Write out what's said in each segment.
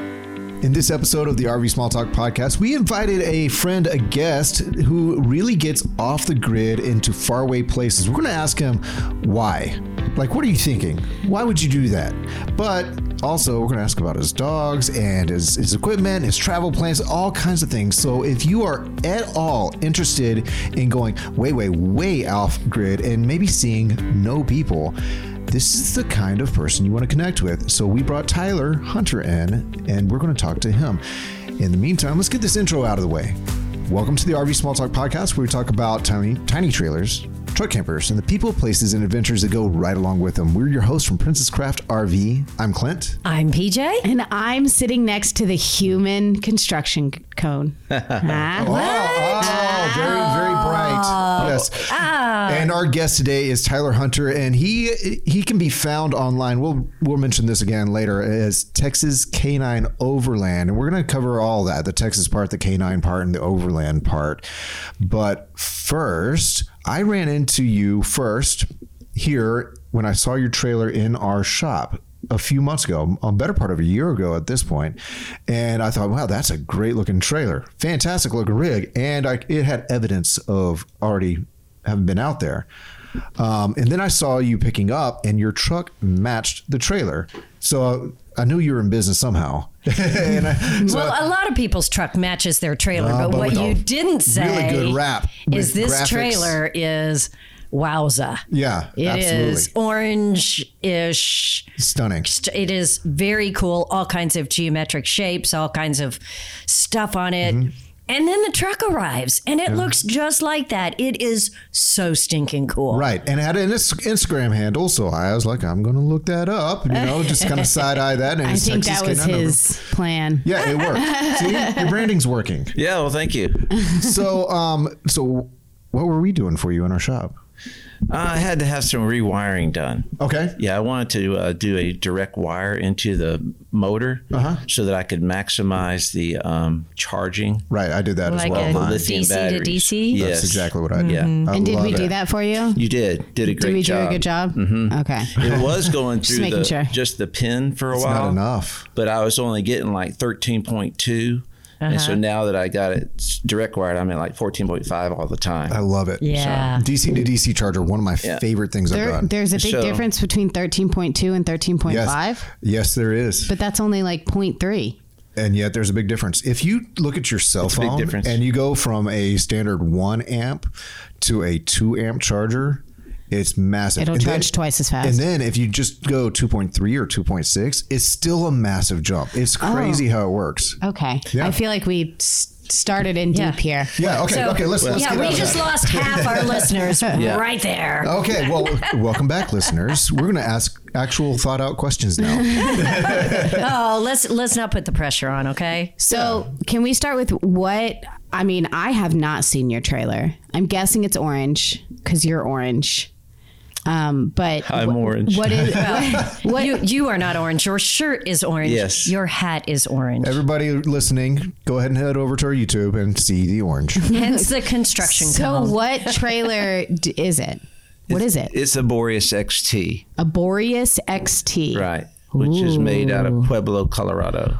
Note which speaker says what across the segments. Speaker 1: In this episode of the RV Small Talk podcast, we invited a friend, a guest who really gets off the grid into faraway places. We're going to ask him why. Like, what are you thinking? Why would you do that? But also, we're going to ask about his dogs and his, his equipment, his travel plans, all kinds of things. So, if you are at all interested in going way, way, way off grid and maybe seeing no people, this is the kind of person you want to connect with. So we brought Tyler Hunter in, and we're going to talk to him. In the meantime, let's get this intro out of the way. Welcome to the RV Small Talk podcast, where we talk about tiny, tiny trailers, truck campers, and the people, places, and adventures that go right along with them. We're your hosts from Princess Craft RV. I'm Clint.
Speaker 2: I'm PJ.
Speaker 3: And I'm sitting next to the human construction c- cone. Huh?
Speaker 1: Oh, oh, very, very bright. Yes. And our guest today is Tyler Hunter, and he he can be found online. We'll we'll mention this again later as Texas Canine Overland, and we're going to cover all that: the Texas part, the canine part, and the overland part. But first, I ran into you first here when I saw your trailer in our shop a few months ago, a better part of a year ago at this point, and I thought, wow, that's a great looking trailer, fantastic looking rig, and I, it had evidence of already having been out there. Um, and then I saw you picking up, and your truck matched the trailer, so uh, I knew you were in business somehow. and I, so
Speaker 2: Well, a lot of people's truck matches their trailer,
Speaker 1: Uh,
Speaker 2: but,
Speaker 1: but
Speaker 2: what
Speaker 1: with a
Speaker 2: you didn't say
Speaker 1: really good wrap
Speaker 2: is
Speaker 1: with
Speaker 2: this
Speaker 1: graphics.
Speaker 2: trailer is wowza.
Speaker 1: yeah,
Speaker 2: It is
Speaker 1: absolutely
Speaker 2: orange ish.
Speaker 1: stunning.
Speaker 2: It is very cool. All kinds of geometric shapes, all kinds of stuff on it.
Speaker 1: Mm-hmm.
Speaker 2: And then the truck arrives and it looks just like that. It is so stinking cool.
Speaker 1: Right, and it had an Ins- Instagram handle, so I was like, I'm going to look that up, you know, just kind of side eye that. And
Speaker 3: I
Speaker 1: it's
Speaker 3: think
Speaker 1: Texas
Speaker 3: that was
Speaker 1: Canine Over-
Speaker 3: his plan.
Speaker 1: Yeah, it worked. See, your branding's working.
Speaker 4: Yeah, well, thank you. Uh,
Speaker 1: So, um, so what were we doing for you in our shop?
Speaker 4: I had to have some rewiring done.
Speaker 1: Okay.
Speaker 4: Yeah, I wanted to uh, do a direct wire into the motor
Speaker 1: Uh-huh.
Speaker 4: so that I could maximize the um, charging.
Speaker 1: Right, I did that
Speaker 2: Like
Speaker 1: as well.
Speaker 2: a
Speaker 4: of the
Speaker 1: Mine.
Speaker 2: DC
Speaker 4: lithium
Speaker 2: to
Speaker 4: batteries.
Speaker 2: DC?
Speaker 4: Yes,
Speaker 1: That's exactly what I did.
Speaker 4: Yeah.
Speaker 1: I
Speaker 3: Mm-hmm. And did
Speaker 1: love
Speaker 3: we do
Speaker 1: it.
Speaker 3: that for you?
Speaker 4: You did did a great
Speaker 3: Did we do
Speaker 4: job.
Speaker 3: a good job?
Speaker 1: Mm-hmm.
Speaker 3: Okay.
Speaker 4: It was going through
Speaker 3: making
Speaker 4: the,
Speaker 3: sure.
Speaker 4: just the pin for a
Speaker 1: It's
Speaker 4: while.
Speaker 1: not enough.
Speaker 4: but I was only getting like 13.2. And so now that I got it s- direct wired, I'm at like 14.5 all the time.
Speaker 1: I love it.
Speaker 2: Yeah.
Speaker 1: DC to DC charger, one of my
Speaker 4: Yeah.
Speaker 1: favorite things I've
Speaker 3: There,
Speaker 1: done.
Speaker 3: there's a big
Speaker 4: So-
Speaker 3: difference between 13.2 and 13.5,
Speaker 1: yes. Yes, there is.
Speaker 3: but that's only like 0.3.
Speaker 1: and yet there's a big difference. If you look at your cell
Speaker 4: a big
Speaker 1: phone
Speaker 4: difference.
Speaker 1: and you go from a standard one amp to a two amp charger, it's massive.
Speaker 3: It'll
Speaker 1: And
Speaker 3: charge twice as fast.
Speaker 1: And then if you just go 2.3 or 2.6, it's still a massive jump. It's
Speaker 2: Oh.
Speaker 1: crazy how it works.
Speaker 3: Okay.
Speaker 1: Yeah.
Speaker 3: I feel like we s- started in
Speaker 2: Yeah.
Speaker 3: deep here.
Speaker 1: Yeah. Okay.
Speaker 2: So-
Speaker 1: okay. Let's. let's
Speaker 2: yeah,
Speaker 1: get out
Speaker 2: we
Speaker 1: of
Speaker 2: just
Speaker 1: that.
Speaker 2: lost half our listeners right there.
Speaker 1: Okay, well, welcome back, listeners. We're going to ask actual thought out questions now.
Speaker 2: Oh, let's let's not put the pressure on, okay?
Speaker 3: So, can we start with what? I mean, I have not seen your trailer. I'm guessing it's orange because you're orange. Um, but
Speaker 4: I'm
Speaker 3: wh-
Speaker 4: orange.
Speaker 3: What is?
Speaker 2: What? You you are not orange. Your shirt is orange.
Speaker 4: Yes.
Speaker 2: Your hat is orange.
Speaker 1: Everybody listening, go ahead and head over to our YouTube and see the orange.
Speaker 2: Hence the construction
Speaker 3: so,
Speaker 2: cone.
Speaker 3: what trailer d- is it? What is it?
Speaker 4: It's a Boreas XT,
Speaker 3: A Boreas XT.
Speaker 4: right? Which is made out of Pueblo, Colorado.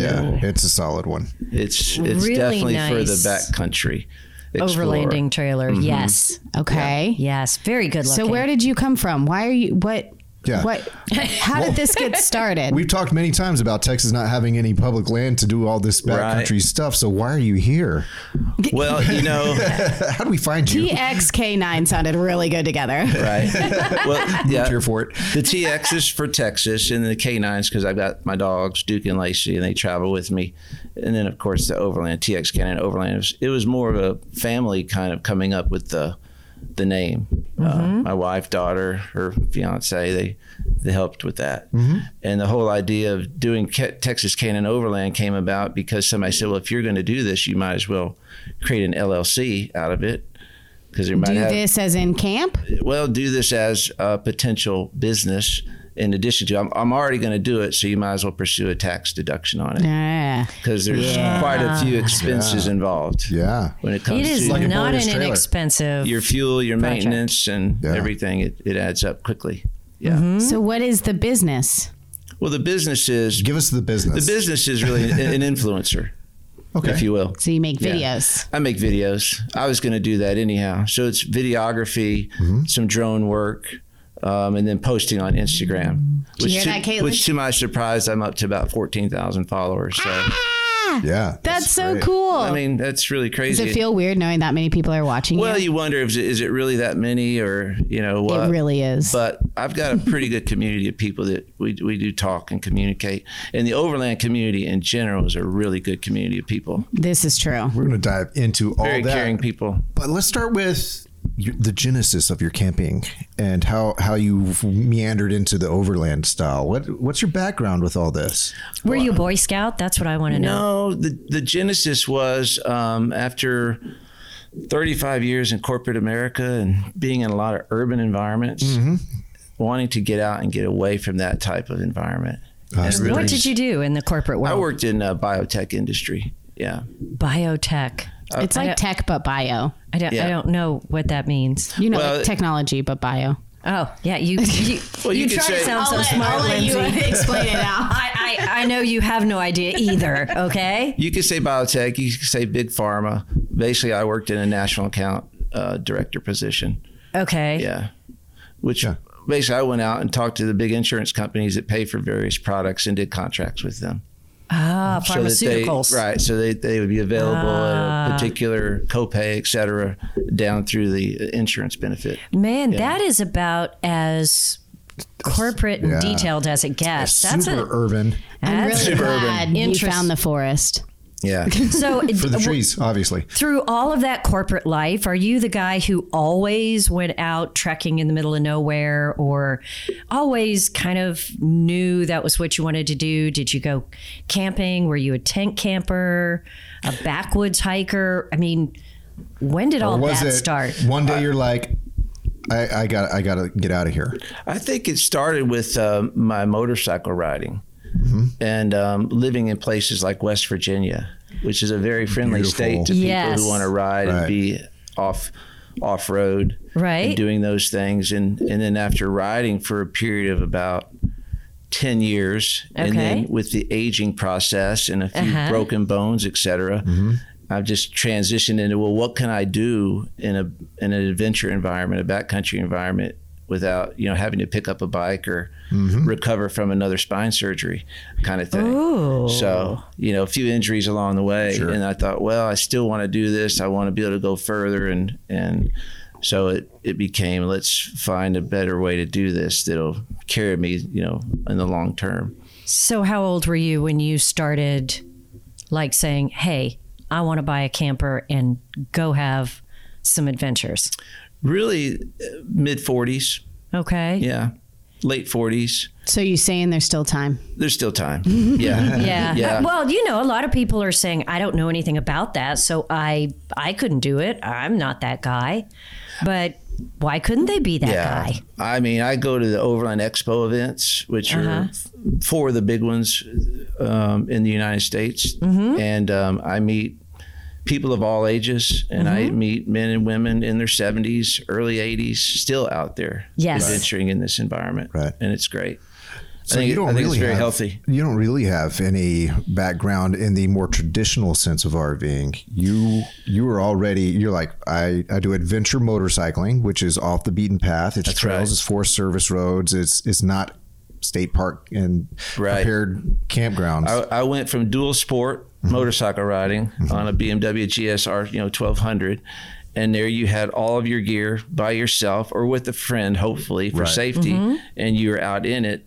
Speaker 1: Yeah, it's a solid one.
Speaker 4: It's it's
Speaker 2: Really
Speaker 4: definitely for
Speaker 2: nice.
Speaker 4: the back country.
Speaker 2: Overlanding trailer.
Speaker 4: Mm-hmm.
Speaker 2: Yes.
Speaker 3: Okay.
Speaker 2: Yes. Very good looking.
Speaker 3: So, where did you come from? Why are you? What?
Speaker 1: Yeah.
Speaker 3: What? How did this get started?
Speaker 1: We've talked many times about Texas not having any public land to do all this backcountry
Speaker 4: Right.
Speaker 1: stuff. So why are you here?
Speaker 4: Well, you know,
Speaker 1: How do we find
Speaker 3: E
Speaker 1: you?
Speaker 3: TXK9 sounded really good together.
Speaker 4: right? Well, yeah.
Speaker 1: Here for it.
Speaker 4: The TX is for Texas, and the K9s because I've got my dogs Duke and Lacey, and they travel with me. And then, of course, the Overland TX Canine Overland. It was, it was more of a family kind of coming up with the the name. Uh, my wife, daughter, her fiance, they they helped with that. And the whole idea of doing Ke- Texas Canine Overland came about because somebody said, "Well, if you're going to do this, you might as well create an LLC out of it." Because
Speaker 3: Do
Speaker 4: have,
Speaker 3: this as in camp?
Speaker 4: well do this as a potential business in addition to i'm, I'm already going to do it so you might as well pursue a tax deduction on it
Speaker 3: Yeah.
Speaker 4: because there's quite a few expenses involved
Speaker 1: Yeah.
Speaker 4: when it
Speaker 2: it
Speaker 4: comes
Speaker 2: is
Speaker 4: to
Speaker 1: Like a
Speaker 2: not
Speaker 1: Boreas
Speaker 2: an
Speaker 1: trailer.
Speaker 2: inexpensive.
Speaker 4: your fuel your
Speaker 2: Project.
Speaker 4: maintenance and
Speaker 1: Yeah.
Speaker 2: Mm-hmm.
Speaker 4: everything it, it adds up quickly yeah
Speaker 3: So, what is the business?
Speaker 4: Well, the business is
Speaker 1: Give us the business.
Speaker 4: the business is really an, an influencer,
Speaker 1: Okay.
Speaker 4: if you will.
Speaker 3: So you make
Speaker 4: Yeah.
Speaker 3: videos.
Speaker 4: I make videos. I was going to do that anyhow. So it's videography,
Speaker 1: Mm-hmm.
Speaker 4: some drone work, um, and then posting on Instagram.
Speaker 3: you hear
Speaker 4: to,
Speaker 3: that, Caitlin?
Speaker 4: which to my surprise, I'm up to about 14,000 followers. So,
Speaker 3: Ah,
Speaker 1: yeah.
Speaker 3: that's, so
Speaker 1: great.
Speaker 3: cool.
Speaker 4: I mean, that's really
Speaker 3: Does
Speaker 4: crazy.
Speaker 3: it feel weird knowing that many people are watching
Speaker 4: well,
Speaker 3: you?
Speaker 4: you wonder, is it, is it really that many or, you know, what?
Speaker 3: it really is.
Speaker 4: but I've got a pretty good community of people that we, we do talk and communicate. And the Overland community in general is a really good community of people,
Speaker 3: this is true.
Speaker 1: We're going to dive into all
Speaker 4: very
Speaker 1: that.
Speaker 4: caring people.
Speaker 1: But let's start with your, the genesis of your camping and how how you meandered into the overland style. What what's your background with all this?
Speaker 2: Were you a Boy Scout? That's what I want to know.
Speaker 4: No, the, the genesis was um, after 35 years in corporate America and being in a lot of urban environments,
Speaker 2: Mm-hmm.
Speaker 4: wanting to get out and get away from that type of environment. And
Speaker 1: so
Speaker 4: really-
Speaker 2: What did you do in the corporate
Speaker 4: I
Speaker 2: world?
Speaker 4: worked in uh, biotech industry. Yeah.
Speaker 2: Biotech.
Speaker 3: it's like tech, but bio.
Speaker 2: I don't, I
Speaker 4: Yeah.
Speaker 2: don't know what that means.
Speaker 3: You know,
Speaker 4: Well,
Speaker 3: like technology, but bio.
Speaker 2: Oh, yeah. You you,
Speaker 4: Well, you
Speaker 2: you
Speaker 4: could
Speaker 2: try to
Speaker 4: say-
Speaker 2: sound so smart, Lindsay.
Speaker 3: explain it now.
Speaker 2: I, I, I know you have no idea either, okay?
Speaker 4: You could say biotech, you could say big pharma. Basically, I worked in a national account uh, director position.
Speaker 2: Okay.
Speaker 4: Yeah. Which
Speaker 1: Yeah.
Speaker 4: basically, I went out and talked to the big insurance companies that pay for various products and did contracts with them.
Speaker 2: Ah,
Speaker 4: so that they-
Speaker 2: pharmaceuticals. Ah.
Speaker 4: right. So they, they would be available at a particular copay, et cetera, down through the insurance benefit.
Speaker 2: Man, that is about as corporate and
Speaker 1: Yeah.
Speaker 2: detailed as it gets. That's
Speaker 1: Super
Speaker 2: a,
Speaker 1: urban
Speaker 3: I'm really
Speaker 2: that's
Speaker 3: glad you
Speaker 2: Interest-
Speaker 3: found the forest.
Speaker 4: Yeah.
Speaker 2: so
Speaker 1: for the trees, obviously.
Speaker 2: through all of that corporate life, are you the guy who always went out trekking in the middle of nowhere or always kind of knew that was what you wanted to do? Did you go camping? Were you a tent camper, a backwoods hiker? I mean, when did all
Speaker 1: Or was
Speaker 2: that
Speaker 1: it
Speaker 2: start? Uh,
Speaker 1: one day you're like, I, I got I got to get out of here.
Speaker 4: I think it started with um my motorcycle riding
Speaker 1: Mm-hmm.
Speaker 4: and um, living in places like West Virginia, which is a very friendly
Speaker 1: Beautiful.
Speaker 4: state to
Speaker 2: Yes.
Speaker 4: people who want to ride
Speaker 1: Right.
Speaker 4: and be off off road,
Speaker 2: Right.
Speaker 4: And doing those things, and and then after riding for a period of about. 10 years and
Speaker 2: Okay.
Speaker 4: then with the aging process and a few
Speaker 2: Uh-huh.
Speaker 4: broken bones etc i've just transitioned into well what can i do in a in an adventure environment a backcountry environment without you know having to pick up a bike or recover from another spine surgery kind of thing
Speaker 2: Ooh.
Speaker 4: so you know a few injuries along the way and i thought well i still want to do this i want to be able to go further and and so it, it became let's find a better way to do this that'll carry me you know in the long term
Speaker 2: So, how old were you when you started like saying, hey, I want to buy a camper and go have some adventures?
Speaker 4: really uh, mid 40s
Speaker 2: Okay.
Speaker 4: yeah late 40s
Speaker 3: So you saying there's still time?
Speaker 4: there's still time yeah
Speaker 2: Yeah.
Speaker 4: Yeah.
Speaker 2: Uh, Well, you know, a lot of people are saying I don't know anything about that, so I I couldn't do it. I'm not that guy. But why couldn't they be that guy?
Speaker 4: I mean, I go to the Overland Expo events, which
Speaker 2: Uh-huh.
Speaker 4: are f- four of the big ones um, in the United States,
Speaker 2: Mm-hmm.
Speaker 4: and um, I meet people of all ages, and I
Speaker 2: Mm-hmm.
Speaker 4: meet men and women in their seventies, early eighties, still out there
Speaker 2: Yes. Right.
Speaker 4: adventuring in this environment,
Speaker 1: Right.
Speaker 4: and it's great.
Speaker 1: So
Speaker 4: I think,
Speaker 1: you don't
Speaker 4: I think
Speaker 1: really
Speaker 4: it's very
Speaker 1: have,
Speaker 4: healthy.
Speaker 1: You don't really have any background in the more traditional sense of RVing. You you were already you're like I I do adventure motorcycling, which is off the beaten path. It's trails,
Speaker 4: right.
Speaker 1: it's forest service roads. It's it's not state park and
Speaker 4: Right.
Speaker 1: prepared campgrounds.
Speaker 4: I, I went from dual sport
Speaker 1: Mm-hmm.
Speaker 4: motorcycle riding on a BMW GSR, you know, 1200. And there you had all of your gear by yourself or with a friend, hopefully for safety,
Speaker 2: Mm-hmm.
Speaker 4: and you were out in it.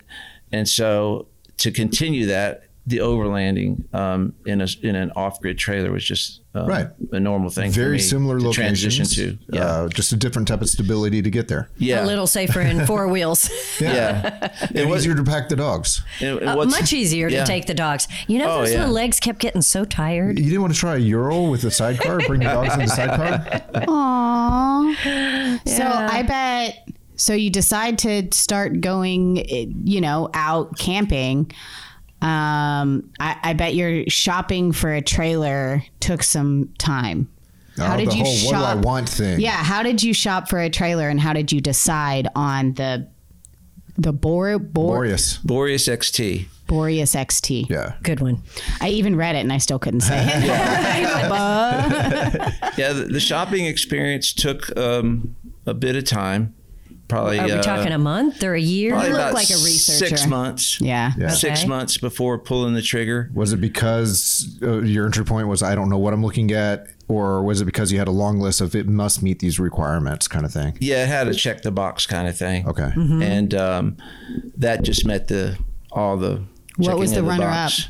Speaker 4: And so to continue that, the overlanding um, in a in an off grid trailer was just um,
Speaker 1: Right.
Speaker 4: a normal thing. for
Speaker 1: Very
Speaker 4: me
Speaker 1: similar
Speaker 4: to
Speaker 1: locations.
Speaker 4: transition to yeah
Speaker 1: uh, just a different type of stability to get there.
Speaker 4: yeah
Speaker 2: A little safer in four wheels.
Speaker 4: yeah.
Speaker 1: And
Speaker 4: It was
Speaker 1: easier to pack the dogs.
Speaker 4: and- and
Speaker 2: Uh,
Speaker 4: what's-
Speaker 2: much easier
Speaker 4: yeah.
Speaker 2: to take the dogs. You know,
Speaker 4: Oh,
Speaker 2: those little
Speaker 4: yeah.
Speaker 2: legs kept getting so tired.
Speaker 1: You didn't want to try a Ural with a sidecar, bring the dogs in the sidecar?
Speaker 3: Aww. So I bet. So you decide to start going, eh, you know, out camping. Um, I, I bet your shopping for a trailer took some time. How
Speaker 1: Oh,
Speaker 3: did
Speaker 1: the
Speaker 3: you
Speaker 1: whole
Speaker 3: shop?
Speaker 1: what do I want thing.
Speaker 3: Yeah, how did you shop for a trailer, and how did you decide on the the Bor- Bor-
Speaker 1: Boreas.
Speaker 4: Boreas XT.
Speaker 3: Boreas XT.
Speaker 1: Yeah.
Speaker 2: Good one.
Speaker 3: I even read it and I still couldn't say it. But-
Speaker 4: Yeah, the, the shopping experience took um, a bit of time. Probably.
Speaker 2: Are we
Speaker 4: uh,
Speaker 2: talking a month or a year?
Speaker 4: probably
Speaker 3: You look
Speaker 4: about
Speaker 3: like a
Speaker 4: Six
Speaker 3: researcher.
Speaker 4: months.
Speaker 3: yeah.
Speaker 1: Yeah.
Speaker 4: Six
Speaker 2: Okay.
Speaker 4: months before pulling the trigger.
Speaker 1: Was it because uh, your entry point was I don't know what I'm looking at, or was it because you had a long list of it must meet these requirements kind of thing?
Speaker 4: Yeah, it had a check the box kind of thing.
Speaker 1: Okay.
Speaker 3: Mm-hmm.
Speaker 4: and um, that just met the all the.
Speaker 3: What was
Speaker 4: checking
Speaker 3: the
Speaker 4: of
Speaker 3: runner
Speaker 4: box.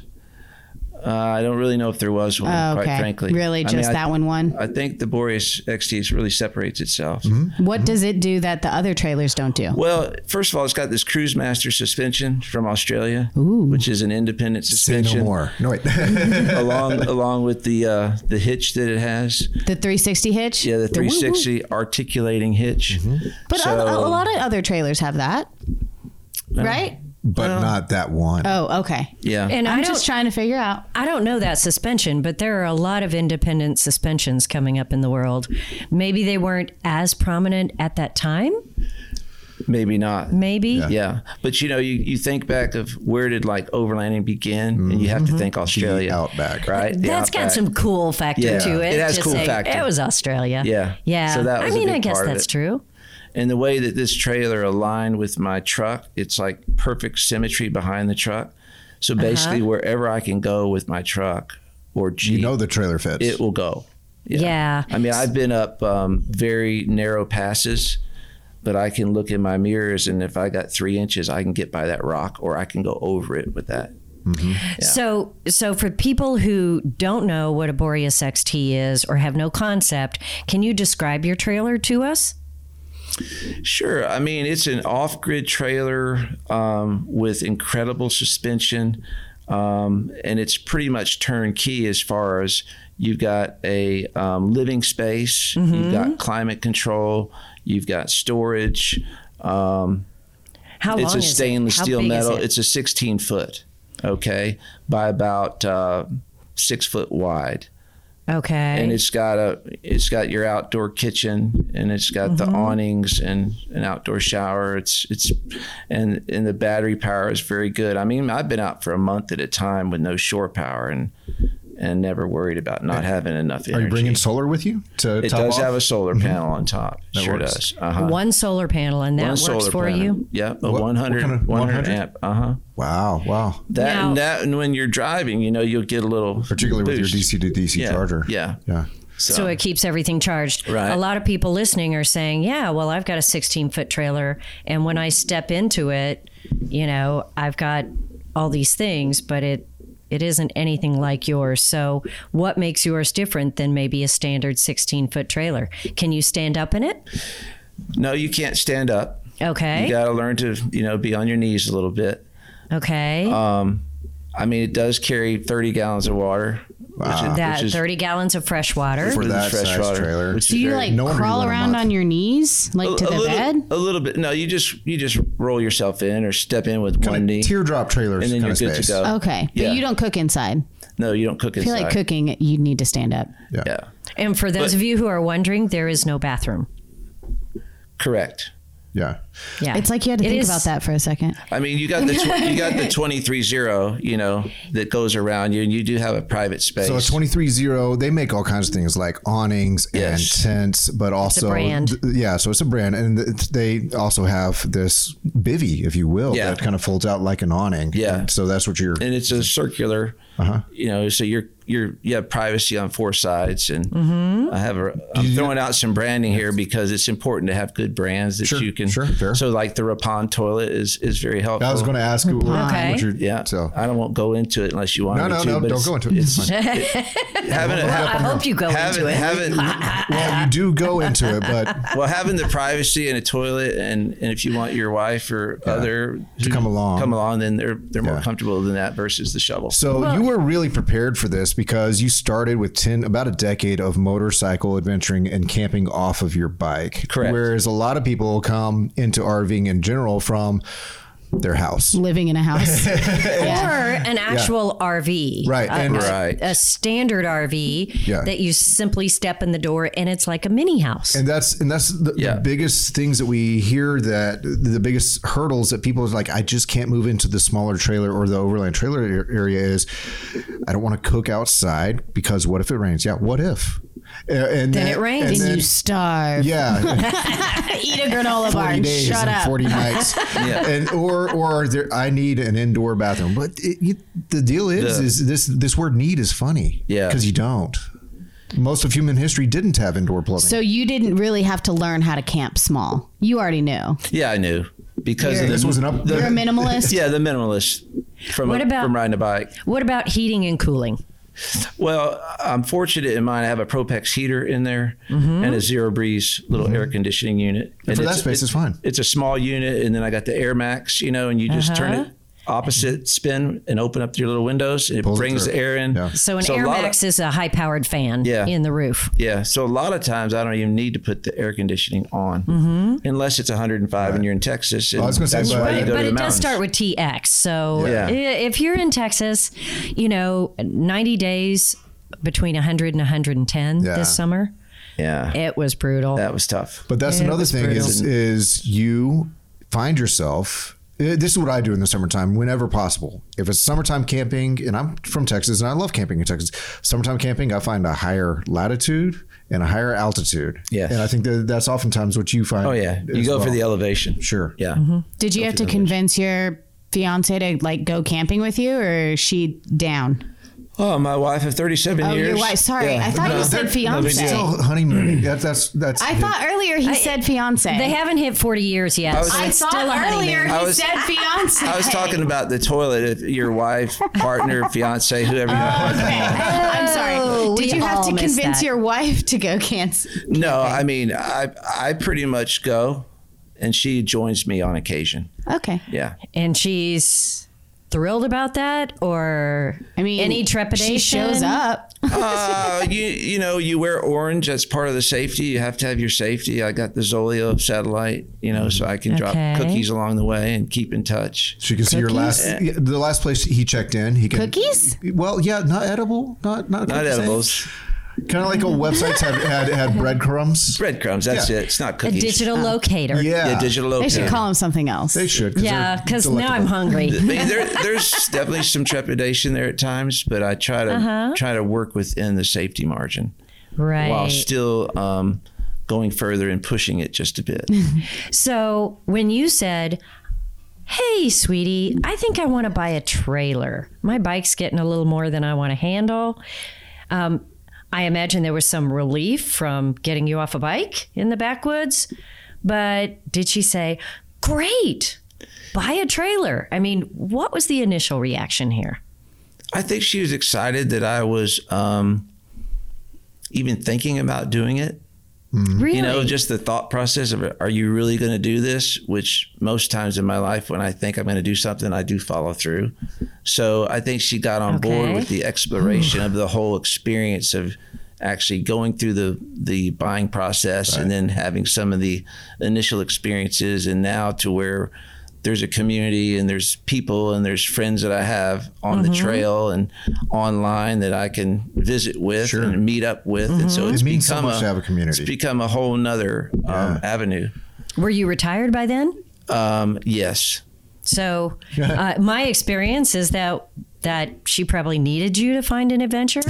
Speaker 4: Uh, I don't really know if there was one,
Speaker 3: Oh,
Speaker 4: quite
Speaker 3: okay.
Speaker 4: frankly.
Speaker 3: Really,
Speaker 4: I
Speaker 3: just
Speaker 4: mean, I-
Speaker 3: that one won.
Speaker 4: I think the Boreas XT really separates itself.
Speaker 3: What does it do that the other trailers don't do?
Speaker 4: Well, first of all, it's got this Cruise Master suspension from Australia, which is an independent
Speaker 1: Say
Speaker 4: suspension.
Speaker 1: no more. No wait.
Speaker 4: along along with the uh, the hitch that it has,
Speaker 3: The 360 hitch?
Speaker 4: yeah, the
Speaker 3: woo-woo.
Speaker 4: 360 articulating hitch.
Speaker 1: Mm-hmm.
Speaker 3: But a-
Speaker 4: So-
Speaker 3: a, a lot of other trailers have that. Right?
Speaker 1: but not that one.
Speaker 3: Oh, okay.
Speaker 4: Yeah,
Speaker 2: And I
Speaker 3: I'm
Speaker 2: don't,
Speaker 3: just trying to figure out.
Speaker 2: I don't know that suspension, but there are a lot of independent suspensions coming up in the world. Maybe they weren't as prominent at that time.
Speaker 4: maybe not.
Speaker 2: Maybe.
Speaker 4: Yeah, but you know, you, you think back of where did like overlanding begin, and you have
Speaker 3: Mm-hmm.
Speaker 4: to think Australia,
Speaker 1: outback.
Speaker 4: right? The
Speaker 2: That's got
Speaker 4: outback.
Speaker 2: some cool factor
Speaker 4: Yeah.
Speaker 2: to it.
Speaker 4: It has
Speaker 2: to
Speaker 4: cool
Speaker 2: say,
Speaker 4: factor.
Speaker 2: It was Australia.
Speaker 4: Yeah.
Speaker 2: Yeah.
Speaker 4: So that was
Speaker 2: I
Speaker 4: a
Speaker 2: mean,
Speaker 4: big
Speaker 2: I guess
Speaker 4: part of
Speaker 2: that's
Speaker 4: it.
Speaker 2: true.
Speaker 4: And the way that this trailer aligned with my truck, it's like perfect symmetry behind the truck. So basically, wherever I can go with my truck or Jeep,
Speaker 1: You know the trailer fits.
Speaker 4: it will go.
Speaker 2: Yeah.
Speaker 4: I mean, I've been up um, very narrow passes, but I can look in my mirrors, and if I got three inches, I can get by that rock, or I can go over it with that.
Speaker 2: So, so for people who don't know what a Boreas XT is or have no concept, can you describe your trailer to us?
Speaker 4: Sure. I mean, it's an off grid trailer um, with incredible suspension. Um, and it's pretty much turnkey as far as you've got a um, living space, you've
Speaker 2: Mm-hmm.
Speaker 4: got climate control, you've got storage. Um,
Speaker 2: How
Speaker 4: it's
Speaker 2: long
Speaker 4: a
Speaker 2: is it?
Speaker 4: stainless
Speaker 2: How
Speaker 4: steel
Speaker 2: big is
Speaker 4: metal.
Speaker 2: it?
Speaker 4: It's a 16 foot, okay, by about uh, six foot wide
Speaker 2: okay.
Speaker 4: and it's got a it's got your outdoor kitchen and it's got
Speaker 1: Mm-hmm.
Speaker 4: the awnings and an outdoor shower it's it's and and the battery power is very good i mean i've been out for a month at a time with no shore power and and never worried about not having enough energy
Speaker 1: Are you bringing solar with you to
Speaker 4: it
Speaker 1: top
Speaker 4: does
Speaker 1: off? Mm-hmm.
Speaker 4: have a solar panel on top sure
Speaker 1: works.
Speaker 4: does uh-huh
Speaker 2: one solar panel, and that
Speaker 4: One
Speaker 2: works
Speaker 4: solar
Speaker 2: for
Speaker 4: panel.
Speaker 2: you.
Speaker 4: yeah a
Speaker 1: what
Speaker 4: 100
Speaker 1: kind of-
Speaker 4: 100
Speaker 1: 100?
Speaker 4: amp uh-huh
Speaker 1: wow, wow.
Speaker 4: that
Speaker 2: Now-
Speaker 4: and that and when you're driving you know you'll get a little
Speaker 1: Particularly with your
Speaker 4: boost.
Speaker 1: DC to DC
Speaker 4: Yeah,
Speaker 1: charger.
Speaker 4: yeah
Speaker 1: Yeah.
Speaker 2: So it keeps everything charged.
Speaker 4: Right.
Speaker 2: A lot of people listening are saying, "Yeah, well, I've got a 16 foot trailer, and when I step into it, you know, I've got all these things, but it it isn't anything like yours. So, what makes yours different than maybe a standard 16 foot trailer? Can you stand up in it?
Speaker 4: no you can't stand up
Speaker 2: Okay.
Speaker 4: You got to learn to, you know, be on your knees a little bit.
Speaker 2: okay.
Speaker 4: I mean, it does carry 30 gallons of water. Wow.
Speaker 2: that 30 gallons of fresh water.
Speaker 1: For that size trailer.
Speaker 3: Do you like
Speaker 1: No wonder you
Speaker 3: crawl
Speaker 1: want a
Speaker 3: around
Speaker 1: month.
Speaker 3: on your knees, like to the
Speaker 4: little,
Speaker 3: bed?
Speaker 4: A little bit. No, you just you just roll yourself in or step in with one knee.
Speaker 1: Teardrop trailers
Speaker 4: And then
Speaker 1: kind
Speaker 4: you're
Speaker 1: of
Speaker 4: good
Speaker 1: space.
Speaker 4: to go.
Speaker 3: Okay.
Speaker 4: Yeah.
Speaker 3: But you don't cook inside.
Speaker 4: No, you don't cook
Speaker 3: Oh. I feel
Speaker 4: inside.
Speaker 3: like cooking, you need to stand up.
Speaker 4: Yeah,
Speaker 2: and for those
Speaker 4: But-
Speaker 2: of you who are wondering, there is no bathroom.
Speaker 4: correct.
Speaker 1: Yeah.
Speaker 2: Yeah.
Speaker 3: It's like you had to
Speaker 2: It
Speaker 3: think
Speaker 2: is-
Speaker 3: about that for a second.
Speaker 4: I mean, you got the tw- you got the 23 zero, you know, that goes around you, and you do have a private space.
Speaker 1: So a 23-0, they make all kinds of things like awnings and
Speaker 4: Yes.
Speaker 1: tents, but also
Speaker 2: brand.
Speaker 1: th- yeah, so it's a brand and th- they also have this bivy if you will
Speaker 4: Yeah.
Speaker 1: that kind of folds out like an awning.
Speaker 4: Yeah.
Speaker 1: And so that's what you're
Speaker 4: and it's a circular.
Speaker 1: Uh-huh.
Speaker 4: You know, so you're you're you have privacy on four sides, and
Speaker 1: Mm-hmm.
Speaker 4: I have a, I'm throwing out some branding here because it's important to have good brands that you can.
Speaker 1: sure, fair.
Speaker 4: So like the Rapon toilet is is very helpful.
Speaker 1: I was going to ask you what,
Speaker 2: Okay.
Speaker 1: what you're
Speaker 4: yeah,
Speaker 1: so
Speaker 4: I don't won't go into it unless you want
Speaker 1: No,
Speaker 4: me
Speaker 1: no,
Speaker 4: to.
Speaker 1: no,
Speaker 4: but
Speaker 1: don't
Speaker 4: it's-
Speaker 1: go into it. It's fine.
Speaker 4: Having a,
Speaker 2: I hope you go
Speaker 4: having,
Speaker 2: into it.
Speaker 4: having,
Speaker 1: well, you do go into it, but
Speaker 4: well, having the privacy in a toilet, and, and if you want your wife or other to
Speaker 1: come along.
Speaker 4: come along, then they're they're more
Speaker 1: Yeah.
Speaker 4: comfortable than that versus the shovel.
Speaker 1: So you were really prepared for this because you started with ten about a decade of motorcycle adventuring and camping off of your bike.
Speaker 4: Correct.
Speaker 1: Whereas a lot of people come into RVing in general from their house.
Speaker 3: living in a house.
Speaker 2: or an actual Uh, RV,
Speaker 1: Right,
Speaker 2: A,
Speaker 1: and-
Speaker 2: a-
Speaker 4: Right.
Speaker 2: a standard RV
Speaker 1: Yeah.
Speaker 2: that you simply step in the door and it's like a mini house.
Speaker 1: And that's and that's the,
Speaker 4: Yeah.
Speaker 1: the biggest things that we hear that the biggest hurdles that people is like I just can't move into the smaller trailer or the overland trailer a- area is I don't want to cook outside because what if it rains? Yeah, what if? A- And,
Speaker 2: Then it rains.
Speaker 1: and
Speaker 2: Then
Speaker 1: then-
Speaker 3: you starve.
Speaker 1: yeah,
Speaker 3: Eat a granola bar.
Speaker 1: forty
Speaker 3: and
Speaker 1: days
Speaker 3: Shut
Speaker 1: and
Speaker 3: up.
Speaker 1: forty nights,
Speaker 4: Yeah.
Speaker 1: and or or there, I need an indoor bathroom. But it, you, the deal is,
Speaker 4: The-
Speaker 1: is this this word need is funny,
Speaker 4: Yeah.
Speaker 1: because you don't. Most of human history didn't have indoor plumbing.
Speaker 3: So you didn't really have to learn how to camp small. You already knew.
Speaker 4: Yeah, I knew because of the,
Speaker 1: this was an up-
Speaker 4: the-
Speaker 3: You're a minimalist.
Speaker 4: yeah the minimalist from
Speaker 2: What
Speaker 4: a-
Speaker 2: about-
Speaker 4: from riding a bike.
Speaker 2: what about heating and cooling?
Speaker 4: Well, I'm fortunate in mine. I have a Propex heater in there
Speaker 2: Mm-hmm.
Speaker 4: and a zero breeze little air conditioning unit. And,
Speaker 1: for that
Speaker 4: it's-
Speaker 1: space, it's fine.
Speaker 4: It's a small unit, and then I got the Air Max, you know, and you just turn it
Speaker 2: Uh-huh.
Speaker 4: opposite spin and open up your little windows, and it
Speaker 1: Pulls it
Speaker 4: brings
Speaker 1: through.
Speaker 4: the air in.
Speaker 1: Yeah.
Speaker 2: So an
Speaker 4: So a
Speaker 2: Air
Speaker 4: lot of-
Speaker 2: Max is a high powered fan
Speaker 4: Yeah.
Speaker 2: in the roof.
Speaker 4: Yeah, so a lot of times I don't even need to put the air conditioning on unless it's 105 and you're in Texas. And
Speaker 1: I was gonna say,
Speaker 4: that's
Speaker 1: but-
Speaker 4: why you
Speaker 2: But, Mm-hmm.
Speaker 4: go
Speaker 2: but
Speaker 4: to the
Speaker 2: it does
Speaker 4: mountains.
Speaker 2: start with TX. So
Speaker 4: Yeah.
Speaker 2: i- if you're in Texas, you know, 90 days between 100 and 110
Speaker 1: Yeah.
Speaker 2: this summer,
Speaker 4: yeah,
Speaker 2: it was brutal.
Speaker 4: that was tough.
Speaker 1: But that's
Speaker 2: It
Speaker 1: another
Speaker 2: was
Speaker 1: thing
Speaker 2: brutal.
Speaker 1: is is you find yourself. eh, This is what I do in the summertime, whenever possible. If it's summertime camping, and I'm from Texas, and I love camping in Texas. Summertime camping, I find a higher latitude and a higher altitude.
Speaker 4: Yes.
Speaker 1: and I think that that's oftentimes what you find.
Speaker 4: oh yeah, you
Speaker 1: as
Speaker 4: go for
Speaker 1: well.
Speaker 4: the elevation.
Speaker 1: Sure.
Speaker 4: Yeah.
Speaker 2: Mm-hmm.
Speaker 3: Did you have to convince your fiance to like go camping with you or is she down?
Speaker 4: Oh, my wife of 37
Speaker 3: Oh,
Speaker 4: years.
Speaker 3: your wife. Sorry. I thought you said fiance.
Speaker 1: Still honeymoon. That, that's that's.
Speaker 3: I thought earlier he said fiance.
Speaker 2: they haven't hit 40 years yet.
Speaker 4: was-
Speaker 2: so
Speaker 4: I
Speaker 3: I
Speaker 2: it's
Speaker 3: thought
Speaker 2: still a
Speaker 3: earlier
Speaker 2: honeymoon.
Speaker 3: he
Speaker 4: I was-
Speaker 3: said fiance.
Speaker 4: I was talking about the toilet. if Your wife, partner, fiance, whoever. you want.
Speaker 3: Oh, Okay. I'm sorry.
Speaker 2: Oh,
Speaker 3: Did
Speaker 2: we
Speaker 3: you have to
Speaker 2: all missed
Speaker 3: convince
Speaker 2: that.
Speaker 3: your wife to go cancer?
Speaker 4: No, I mean, I I pretty much go, and she joins me on occasion.
Speaker 3: Okay.
Speaker 4: Yeah.
Speaker 2: And she's thrilled about that or
Speaker 3: I mean,
Speaker 2: any trepidation?
Speaker 3: She shows up.
Speaker 4: Uh, you you know you wear orange. That's part of the safety. You have to have your safety. I got the Zolio satellite. You know, so I can drop
Speaker 2: Okay.
Speaker 4: cookies along the way and keep in touch.
Speaker 1: she can see your last, yeah, the last place he checked in. He can
Speaker 3: Cookies?
Speaker 1: Well, yeah, not edible, not not
Speaker 4: Not edibles,
Speaker 1: Kind of like a website's had had, had breadcrumbs.
Speaker 4: breadcrumbs. That's
Speaker 1: Yeah.
Speaker 4: it. It's not
Speaker 2: A
Speaker 4: cookies.
Speaker 2: digital
Speaker 3: um,
Speaker 2: locator.
Speaker 1: Yeah,
Speaker 4: Yeah, digital.
Speaker 3: They should
Speaker 4: location.
Speaker 3: call him something else.
Speaker 1: They should.
Speaker 2: Yeah,
Speaker 1: they're
Speaker 2: because now I'm
Speaker 1: delectable.
Speaker 2: hungry.
Speaker 4: I mean, there, there's definitely some trepidation there at times, but I try to try to work within the safety margin
Speaker 2: Right.
Speaker 4: while still um, going further and pushing it just a bit.
Speaker 2: So when you said, Hey, sweetie, I think I want to buy a trailer. My bike's getting a little more than I want to handle. Um, I imagine there was some relief from getting you off a bike in the backwoods. But did she say, Great, buy a trailer? I mean, what was the initial reaction here?
Speaker 4: I think she was excited that I was um, even thinking about doing it.
Speaker 2: Really?
Speaker 4: You know, just the thought process of are you really going to do this? Which most times in my life, when I think I'm going to do something, I do follow through. So I think she got on
Speaker 2: Okay.
Speaker 4: board with the exploration of the whole experience of actually going through the the buying process and then having some of the initial experiences and now to where there's a community and there's people and there's friends that I have on the
Speaker 2: Mm-hmm.
Speaker 4: trail and online that I can visit with and meet up with and so it's
Speaker 1: It means so
Speaker 4: become
Speaker 1: much to have a community.
Speaker 4: it's become a whole nother um, avenue.
Speaker 2: Were you retired by then?
Speaker 4: Um, yes.
Speaker 2: So uh, my experience is that that she probably needed you to find an adventure.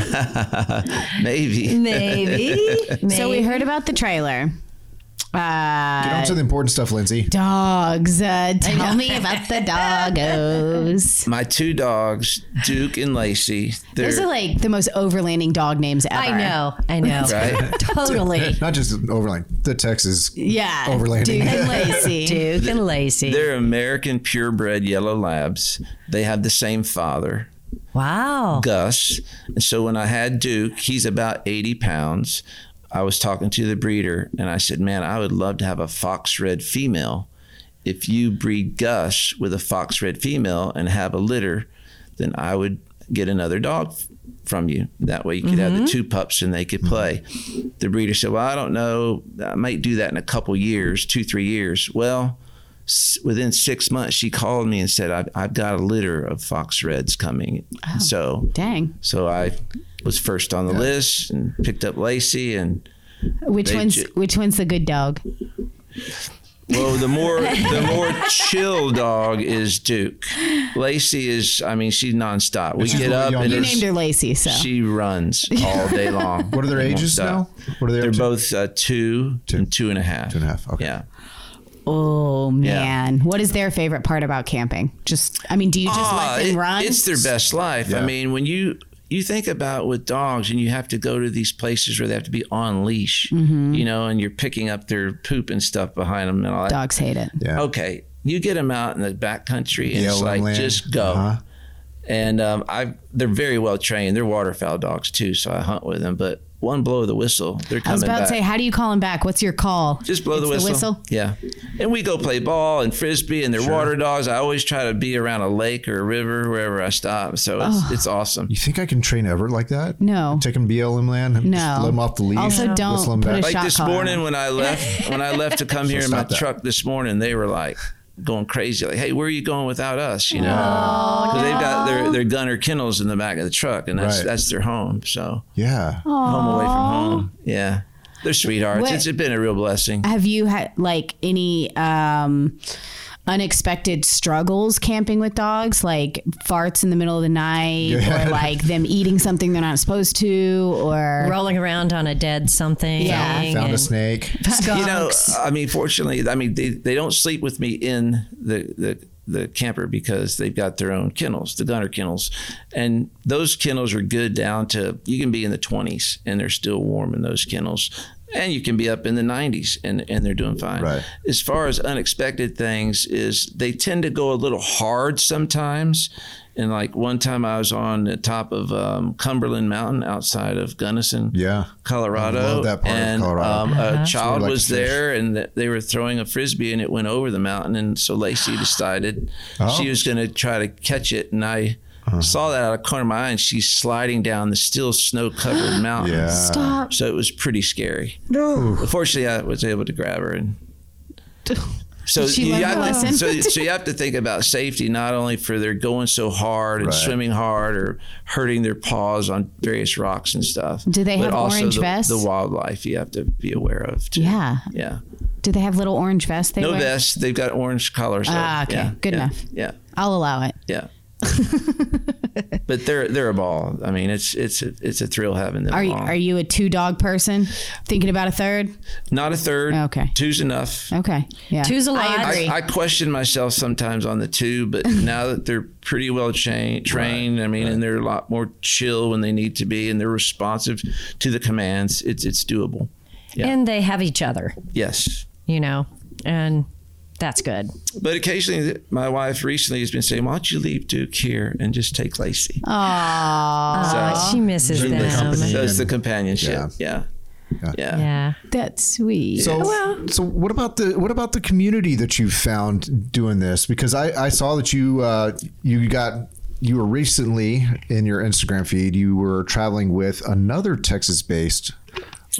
Speaker 4: Maybe.
Speaker 2: Maybe.
Speaker 3: So we heard about the trailer.
Speaker 1: Get on
Speaker 3: Uh,
Speaker 1: to the important stuff, Lindsay.
Speaker 3: dogs. Uh, tell me about the doggos.
Speaker 4: My two dogs, Duke and Lacey, they're
Speaker 3: Those are like the most overlanding dog names ever.
Speaker 2: I know. I know.
Speaker 4: Right?
Speaker 2: totally.
Speaker 1: Eh, Not just overland, the Texas.
Speaker 3: Yeah.
Speaker 1: Overlanding.
Speaker 3: Duke and Lacey.
Speaker 2: Duke and Lacey.
Speaker 4: they're American purebred yellow labs. They have the same father,
Speaker 2: Wow.
Speaker 4: Gus. And so when I had Duke, he's about 80 pounds. I was talking to the breeder and I said, Man, I would love to have a fox red female. If you breed Gus with a fox red female and have a litter, then I would get another dog f- from you. That way you could have the two pups and they could play. The breeder said, Well, I don't know. I might do that in a couple years, two, three years. Well, s- within six months, she called me and said, I've, I've got a litter of fox reds coming. So,
Speaker 3: Dang.
Speaker 4: so I was first on the list and picked up Lacey and
Speaker 3: Which
Speaker 4: They
Speaker 3: one's
Speaker 4: ju-
Speaker 3: which one's the good dog?
Speaker 4: Well, the more the more chill dog is Duke. Lacey is, I mean, she's nonstop. We
Speaker 1: She's
Speaker 4: get
Speaker 1: really
Speaker 4: up
Speaker 1: young.
Speaker 4: and
Speaker 1: You
Speaker 3: You
Speaker 4: it's-
Speaker 3: named her Lacey, so
Speaker 4: she runs all day long.
Speaker 1: What are their
Speaker 4: They won't
Speaker 1: ages now?
Speaker 4: stop.
Speaker 1: What are they
Speaker 4: They're
Speaker 1: up to?
Speaker 4: both uh, two, and two and a half. Two
Speaker 1: and a half, okay.
Speaker 4: Yeah.
Speaker 3: Oh man, what is their favorite part about camping? Just, I mean, do you just
Speaker 4: Ah,
Speaker 3: let them
Speaker 4: it-
Speaker 3: run?
Speaker 4: It's their best life.
Speaker 1: Yeah.
Speaker 4: I mean, when you you think about with dogs and you have to go to these places where they have to be on leash,
Speaker 3: Mm-hmm.
Speaker 4: you know, and you're picking up their poop and stuff behind them and all that.
Speaker 3: Dogs hate it.
Speaker 1: Yeah.
Speaker 4: okay, you get them out in the back country and it's
Speaker 1: Yellow
Speaker 4: like
Speaker 1: land.
Speaker 4: just go.
Speaker 1: Uh-huh.
Speaker 4: And um, I, they're very well trained. They're waterfowl dogs too, so I hunt with them. But one blow of the whistle, they're
Speaker 3: I was
Speaker 4: coming
Speaker 3: about to
Speaker 4: back.
Speaker 3: say, how do you call them back? What's your call?
Speaker 4: just blow the
Speaker 3: It's
Speaker 4: whistle. Yeah, and we go play ball and frisbee, and they're water dogs. I always try to be around a lake or a river wherever I stop, so it's
Speaker 3: Oh.
Speaker 4: it's awesome.
Speaker 1: You think I can train Everett like that?
Speaker 3: No.
Speaker 1: Take him BLM land and
Speaker 3: No.
Speaker 1: just let him off the leash.
Speaker 3: Also don't
Speaker 1: whistle him
Speaker 3: put a
Speaker 1: back.
Speaker 3: sh-
Speaker 4: Like
Speaker 3: shot
Speaker 4: this
Speaker 3: collar.
Speaker 4: morning when I left when I left to come here in my
Speaker 1: stop that.
Speaker 4: truck this morning, they were like going crazy, like, "Hey, where are you going without us?" You know, because they've got their their gunner kennels in the back of the truck, and that's
Speaker 1: Right.
Speaker 4: that's their home. So
Speaker 1: yeah.
Speaker 3: Oh,
Speaker 4: home away from home, yeah. They're sweethearts.
Speaker 3: What-
Speaker 4: It's been a real blessing.
Speaker 3: Have you had like any um, unexpected struggles camping with dogs, like farts in the middle of the night,
Speaker 1: Yeah.
Speaker 3: or like them eating something they're not supposed to, or
Speaker 2: Rolling around on a dead something.
Speaker 3: Yeah. Found-
Speaker 1: Found a
Speaker 2: and-
Speaker 1: snake.
Speaker 4: You know,
Speaker 1: uh,
Speaker 4: I mean, fortunately, I mean, they, they don't sleep with me in the, the, the camper because they've got their own kennels, the gunner kennels. And those kennels are good down to, you can be in the 20s and they're still warm in those kennels. And you can be up in the 90s and, and they're doing fine.
Speaker 1: Right.
Speaker 4: As far as unexpected things, is they tend to go a little hard sometimes. And like one time I was on the top of um, Cumberland Mountain outside of Gunnison,
Speaker 1: Yeah.
Speaker 4: Colorado.
Speaker 1: I love that part of
Speaker 4: and,
Speaker 1: Colorado.
Speaker 4: Um, A child
Speaker 1: Uh-huh. like
Speaker 4: was
Speaker 1: fish.
Speaker 4: there, and th- they were throwing a frisbee, and it went over the mountain. And so Lacey decided
Speaker 1: Oh.
Speaker 4: she was going to try to catch it, and I.
Speaker 1: Uh-huh.
Speaker 4: Saw that out of the corner of my eye, and she's sliding down the still snow-covered mountain.
Speaker 1: Yeah.
Speaker 3: Stop.
Speaker 4: So it was pretty scary. Fortunately, I was able to grab her, and so
Speaker 3: she
Speaker 4: you
Speaker 3: learn her
Speaker 4: have to,
Speaker 3: lesson?
Speaker 4: so, so you have to think about safety not only for they're going so hard and
Speaker 1: Right.
Speaker 4: swimming hard or hurting their paws on various rocks and stuff.
Speaker 3: Do they
Speaker 4: but
Speaker 3: have
Speaker 4: also
Speaker 3: orange
Speaker 4: the,
Speaker 3: vests?
Speaker 4: The wildlife you have to be aware of. Too.
Speaker 3: Yeah.
Speaker 4: Yeah.
Speaker 3: Do they have little orange vests? They
Speaker 4: No
Speaker 3: wear?
Speaker 4: vests. They've got orange collars. though.
Speaker 3: Ah, okay.
Speaker 4: Yeah,
Speaker 3: Good
Speaker 4: yeah,
Speaker 3: enough.
Speaker 4: Yeah.
Speaker 3: I'll allow it.
Speaker 4: Yeah. but they're they're a ball. I mean, it's it's a, it's a thrill having them.
Speaker 3: Are you,
Speaker 4: along.
Speaker 3: are you a two dog person? Thinking about a third?
Speaker 4: not a third?
Speaker 3: Okay.
Speaker 4: Two's enough.
Speaker 3: Okay. Yeah.
Speaker 2: Two's a
Speaker 3: I
Speaker 2: lot.
Speaker 3: agree.
Speaker 4: I, I question myself sometimes on the two, but now that they're pretty well cha- trained, I mean, and they're a lot more chill when they need to be, and they're responsive to the commands. It's it's doable. Yeah.
Speaker 2: And they have each other,
Speaker 4: Yes,
Speaker 2: you know, and that's good.
Speaker 4: but occasionally, th- my wife recently has been saying, "Why don't you leave Duke here and just take Lacey?"
Speaker 2: Aw, Uh, she misses
Speaker 1: Enjoy the
Speaker 2: them.
Speaker 1: company.
Speaker 4: So it's the
Speaker 1: and-
Speaker 4: companionship. Yeah.
Speaker 1: Yeah.
Speaker 4: Yeah.
Speaker 2: Yeah.
Speaker 3: That's sweet.
Speaker 1: So, so what about the what about the community that you found doing this? Because I, I saw that you uh, you got you were recently in your Instagram feed. You were traveling with another Texas-based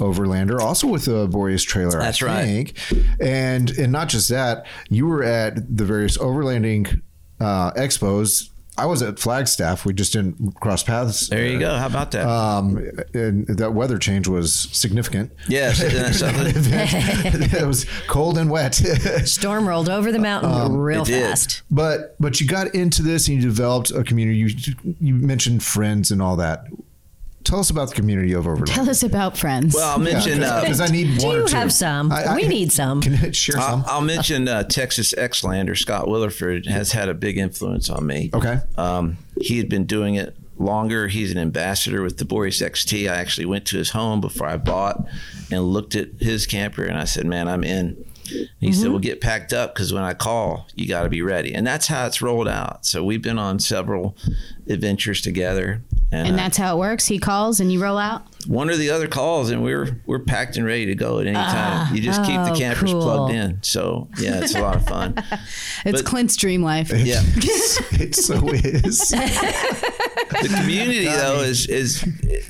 Speaker 1: overlander, also with a Boreas trailer.
Speaker 4: That's
Speaker 1: I
Speaker 4: right.
Speaker 1: think. And and not just that, you were at the various overlanding uh, expos. I was at Flagstaff. We just didn't cross paths.
Speaker 4: There you go. How about that?
Speaker 1: Um, and that weather change was significant.
Speaker 4: yes. Isn't that something?
Speaker 1: it was cold and wet.
Speaker 2: Storm rolled over the mountain
Speaker 1: Um,
Speaker 2: real
Speaker 4: it did.
Speaker 2: fast.
Speaker 1: but but you got into this and you developed a community. You you mentioned friends and all that. Tell us about the community of Overland.
Speaker 3: Tell us about friends.
Speaker 4: Well, I'll mention. uh,
Speaker 1: Because I need
Speaker 2: Do
Speaker 1: one or
Speaker 2: you
Speaker 1: two.
Speaker 2: have some?
Speaker 1: I- I-
Speaker 2: we need some.
Speaker 1: Can I share some?
Speaker 4: I'll, I'll mention uh, Texas Xlander Scott Williford has had a big influence on me.
Speaker 1: Okay.
Speaker 4: Um, he had been doing it longer. He's an ambassador with the Boris XT. I actually went to his home before I bought and looked at his camper and I said, "Man, I'm in." He said, "Well, get packed up because when I call, you got to be ready." And that's how it's rolled out. So we've been on several adventures together,
Speaker 3: and
Speaker 4: uh,
Speaker 3: that's how it works. He calls and you roll out.
Speaker 4: one or the other calls and we're we're packed and ready to go at any time. You just keep
Speaker 2: oh,
Speaker 4: the campers
Speaker 2: cool.
Speaker 4: plugged in. So yeah, it's a lot of fun.
Speaker 3: It's
Speaker 4: But-
Speaker 3: Clint's dream life.
Speaker 4: Yeah.
Speaker 1: it so is.
Speaker 4: The community though is is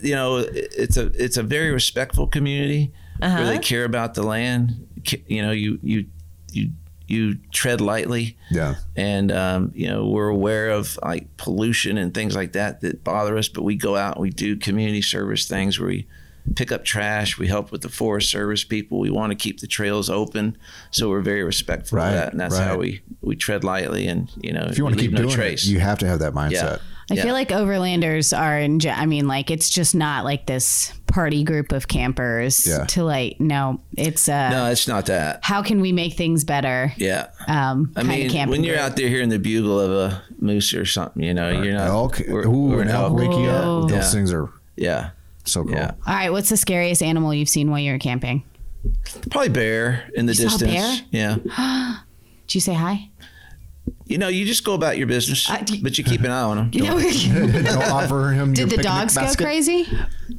Speaker 4: you know, it's a it's a very respectful community where they care about the land. Ca- You know, you you you you you tread lightly.
Speaker 1: Yeah.
Speaker 4: And um, you know we're aware of like pollution and things like that that bother us, but we go out and we do community service things where we pick up trash, we help with the Forest Service people. We want to keep the trails open, so we're very respectful
Speaker 1: Right,
Speaker 4: of that, and that's
Speaker 1: right.
Speaker 4: how we we tread lightly and you know
Speaker 1: If you want to
Speaker 4: leave
Speaker 1: keep
Speaker 4: no
Speaker 1: doing
Speaker 4: trace.
Speaker 1: it, you have to have that
Speaker 4: yeah.
Speaker 1: mindset.
Speaker 3: I
Speaker 4: Yeah.
Speaker 3: feel like overlanders are in. ge- I mean, like it's just not like this party group of campers.
Speaker 1: Yeah.
Speaker 3: To like, no, it's uh,
Speaker 4: no, it's not that.
Speaker 3: how can we make things better?
Speaker 4: Yeah.
Speaker 3: Um, kind
Speaker 4: I
Speaker 3: of
Speaker 4: mean,
Speaker 3: camping.
Speaker 4: when you're
Speaker 3: group.
Speaker 4: out there hearing the bugle of a moose or something, you know, you're not
Speaker 1: Elk,
Speaker 4: or-
Speaker 1: ooh,
Speaker 4: or
Speaker 1: an elk wake you up.
Speaker 4: Yeah.
Speaker 1: Those things are
Speaker 4: Yeah,
Speaker 1: so cool.
Speaker 4: yeah.
Speaker 3: All right, what's the scariest animal you've seen while you were camping?
Speaker 4: Probably bear in the
Speaker 3: saw a
Speaker 4: distance.
Speaker 3: bear?
Speaker 4: Yeah.
Speaker 3: Did you say hi?
Speaker 4: You know, you just go about your business,
Speaker 3: I- Uh, do-
Speaker 4: but you keep an eye on them.
Speaker 1: Don't offer him. your
Speaker 3: Did the
Speaker 1: picnic
Speaker 3: dogs
Speaker 1: basket.
Speaker 3: go crazy?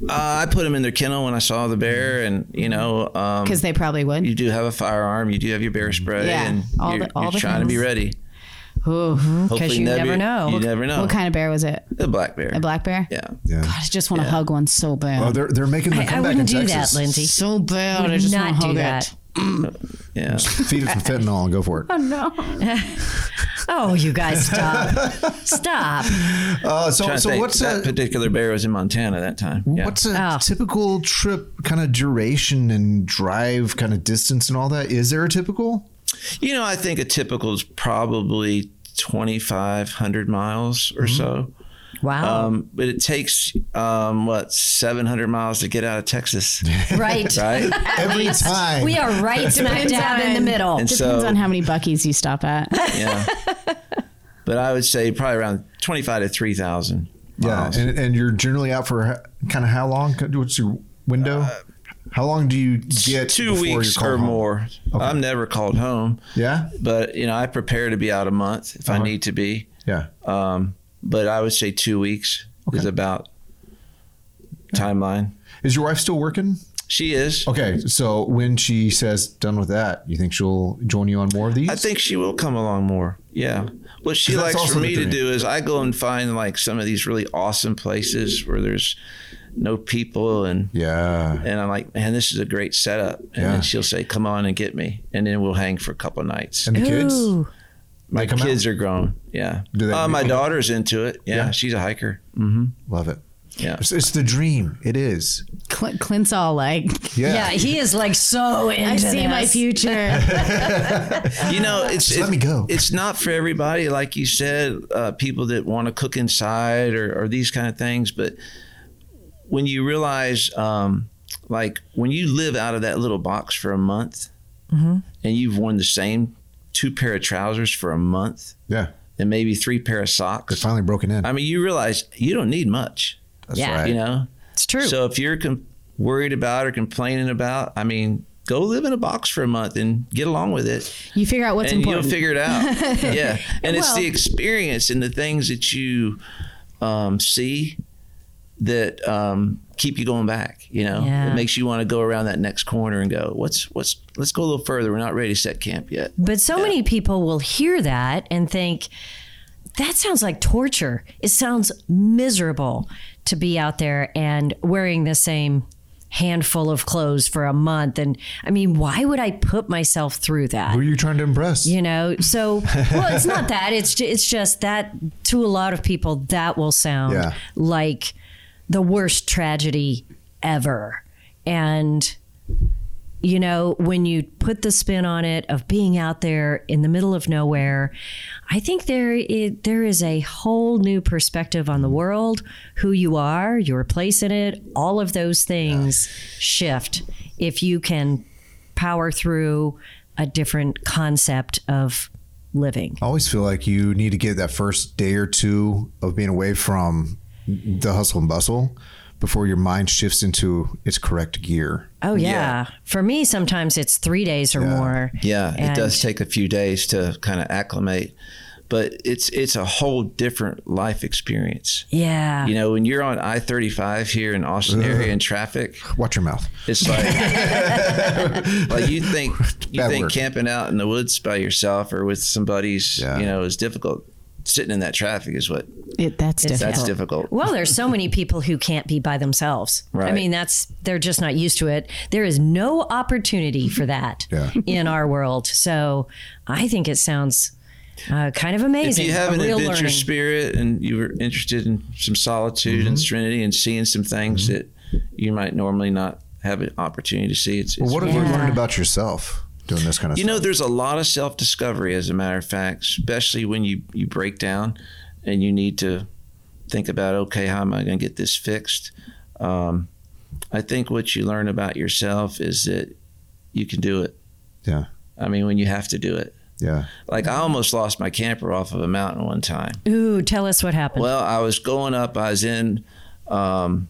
Speaker 4: Uh, I put them in their kennel when I saw the bear, and you know, um,
Speaker 3: Because they probably would.
Speaker 4: you do have a firearm, you do have your bear spray,
Speaker 3: Yeah,
Speaker 4: and
Speaker 3: all
Speaker 4: you're,
Speaker 3: the- all
Speaker 4: you're
Speaker 3: the
Speaker 4: trying to be
Speaker 3: things.
Speaker 4: ready.
Speaker 3: Ooh.
Speaker 4: Hopefully
Speaker 2: you never know.
Speaker 4: You never know.
Speaker 3: What kind of bear was it?
Speaker 4: A black bear.
Speaker 3: A black bear?
Speaker 4: Yeah.
Speaker 1: Yeah.
Speaker 3: God, I just want to hug one so bad.
Speaker 1: Oh, they're they're making the
Speaker 2: I, I
Speaker 1: comeback in
Speaker 2: wouldn't do
Speaker 1: Texas.
Speaker 2: that, Lindsay.
Speaker 3: so bad. I
Speaker 2: Would
Speaker 3: just want
Speaker 2: not
Speaker 3: to
Speaker 2: do
Speaker 3: hug
Speaker 2: that.
Speaker 3: it.
Speaker 4: Yeah.
Speaker 1: Feed it some fentanyl and go for it.
Speaker 2: Oh, you guys, stop. stop.
Speaker 1: Uh, so
Speaker 4: Trying to
Speaker 1: so
Speaker 4: think.
Speaker 1: what's
Speaker 4: that
Speaker 1: a
Speaker 4: particular bear was in Montana that time. Yeah.
Speaker 1: what's a
Speaker 2: Oh.
Speaker 1: typical trip kind of duration and drive kind of distance and all that? Is there a typical?
Speaker 4: You know, I think a typical is probably 2,500 miles
Speaker 1: Mm-hmm.
Speaker 4: or so.
Speaker 2: Wow.
Speaker 4: Um, but it takes, um, what, 700 miles to get out of Texas,
Speaker 2: right.
Speaker 4: right?
Speaker 1: Every time.
Speaker 2: We are right smack dab in the middle.
Speaker 4: And
Speaker 3: Depends
Speaker 4: so,
Speaker 3: on how many Buckies you stop at.
Speaker 4: yeah. But I would say probably around 25 to 3,000
Speaker 1: yeah,
Speaker 4: miles.
Speaker 1: and, and you're generally out for kind of how long? What's your window? how long do you get?
Speaker 4: Uh, Two
Speaker 1: before
Speaker 4: weeks
Speaker 1: you're called
Speaker 4: or
Speaker 1: home?
Speaker 4: more. I'm never called home.
Speaker 1: Yeah, Uh-huh.
Speaker 4: But, you know, I prepare to be out a month if I need to be.
Speaker 1: yeah.
Speaker 4: Um, but I would say two weeks is about timeline.
Speaker 1: Is your wife still working?
Speaker 4: She is.
Speaker 1: Okay, so when she says done with that, you think she'll join you on more of these?
Speaker 4: I think she will come along more. Yeah. What she
Speaker 1: 'Cause that's
Speaker 4: likes
Speaker 1: also
Speaker 4: for
Speaker 1: the
Speaker 4: me to
Speaker 1: dream.
Speaker 4: do is I go and find like some of these really awesome places where there's no people and
Speaker 1: yeah,
Speaker 4: and I'm like, man, this is a great setup. And
Speaker 1: Yeah.
Speaker 4: then she'll say, come on and get me. And then we'll hang for a couple nights.
Speaker 1: and the kids.
Speaker 2: Ooh.
Speaker 4: My
Speaker 1: they come
Speaker 4: kids are grown. Yeah.
Speaker 1: Do they-
Speaker 4: uh, my daughter's into it. Yeah,
Speaker 1: Yeah.
Speaker 4: She's a hiker.
Speaker 1: Love it.
Speaker 4: Yeah.
Speaker 1: It's, it's the dream. It is.
Speaker 3: Cl- Clint's all like,
Speaker 2: Yeah,
Speaker 1: Yeah.
Speaker 2: he is like so into
Speaker 3: I see
Speaker 2: this.
Speaker 3: my future.
Speaker 4: You know, it's
Speaker 1: let
Speaker 4: it-
Speaker 1: me go.
Speaker 4: It's not for everybody, like you said. Uh, people that want to cook inside or, or these kind of things, but when you realize, um, like when you live out of that little box for a month, and you've worn the same two pair of trousers for a month,
Speaker 1: Yeah.
Speaker 4: and maybe three pair of
Speaker 1: It's
Speaker 4: socks.
Speaker 1: finally broken in.
Speaker 4: I mean, you realize you don't need much.
Speaker 1: That's
Speaker 2: Yeah.
Speaker 1: right.
Speaker 4: You know,
Speaker 2: It's true.
Speaker 4: so if you're com- worried about or complaining about, I mean. Go live in a box for a month and get along with it
Speaker 3: You figure out what's
Speaker 4: and
Speaker 3: important.
Speaker 4: you'll figure it out. yeah, and it's
Speaker 3: Well-
Speaker 4: the experience and the things that you um, see that um, keep you going back. You know,
Speaker 2: Yeah.
Speaker 4: it makes you want to go around that next corner and go, "What's what's? Let's go a little further. We're not ready to set camp yet."
Speaker 2: But so many people will hear that and think, that sounds like torture. It sounds miserable to be out there and wearing the same handful of clothes for a month. And I mean, why would I put myself through that?
Speaker 1: Who are you trying to impress?
Speaker 2: You know, so well, it's not that. It's ju- it's just that to a lot of people that will sound
Speaker 1: Yeah.
Speaker 2: um, like the worst tragedy ever. And you know, when you put the spin on it of being out there in the middle of nowhere, I think there it, there is a whole new perspective on the world, who you are, your place in it, all of those things shift if you can power through a different concept of living.
Speaker 1: I always feel like you need to get that first day or two of being away from the hustle and bustle before your mind shifts into its correct gear.
Speaker 2: Oh yeah.
Speaker 4: Yeah.
Speaker 2: For me sometimes it's 3 days or more.
Speaker 4: Yeah,
Speaker 2: And-
Speaker 4: it does take a few days to kind of acclimate, but it's it's a whole different life experience.
Speaker 2: Yeah.
Speaker 4: You know, when you're on I thirty five here in Austin area in traffic,
Speaker 1: Watch your mouth.
Speaker 4: It's like, like you think you
Speaker 1: Bad
Speaker 4: think
Speaker 1: word.
Speaker 4: camping out in the woods by yourself or with some buddies,
Speaker 1: Yeah.
Speaker 4: you know, is difficult. sitting in that traffic is what
Speaker 3: It, that's different.
Speaker 4: that's difficult.
Speaker 2: Well, there's so many people who can't be by themselves. I
Speaker 4: Right.
Speaker 2: mean, that's they're just not used to it. There is no opportunity for that
Speaker 1: Yeah.
Speaker 2: in our world. So I think it sounds uh, kind of
Speaker 4: If
Speaker 2: amazing.
Speaker 4: you have
Speaker 2: a
Speaker 4: an
Speaker 2: real
Speaker 4: adventure
Speaker 2: learning.
Speaker 4: spirit and you were interested in some solitude and
Speaker 1: Mm-hmm.
Speaker 4: serenity and seeing some things that you might normally not have an opportunity to see, it's, it's
Speaker 1: Well, what have you
Speaker 2: Yeah.
Speaker 1: learned about yourself doing this kind of
Speaker 4: You know, there's a lot of self discovery, as a matter of fact, especially when you, you break down and you need to think about, okay, how am I going to get this fixed? Um, I think what you learn about yourself is that you can do it.
Speaker 1: Yeah.
Speaker 4: I mean, when you have to do it.
Speaker 1: Yeah.
Speaker 4: Like, I almost lost my camper off of a mountain one time.
Speaker 2: Ooh, tell us what happened.
Speaker 4: Well, I was going up. I was in um,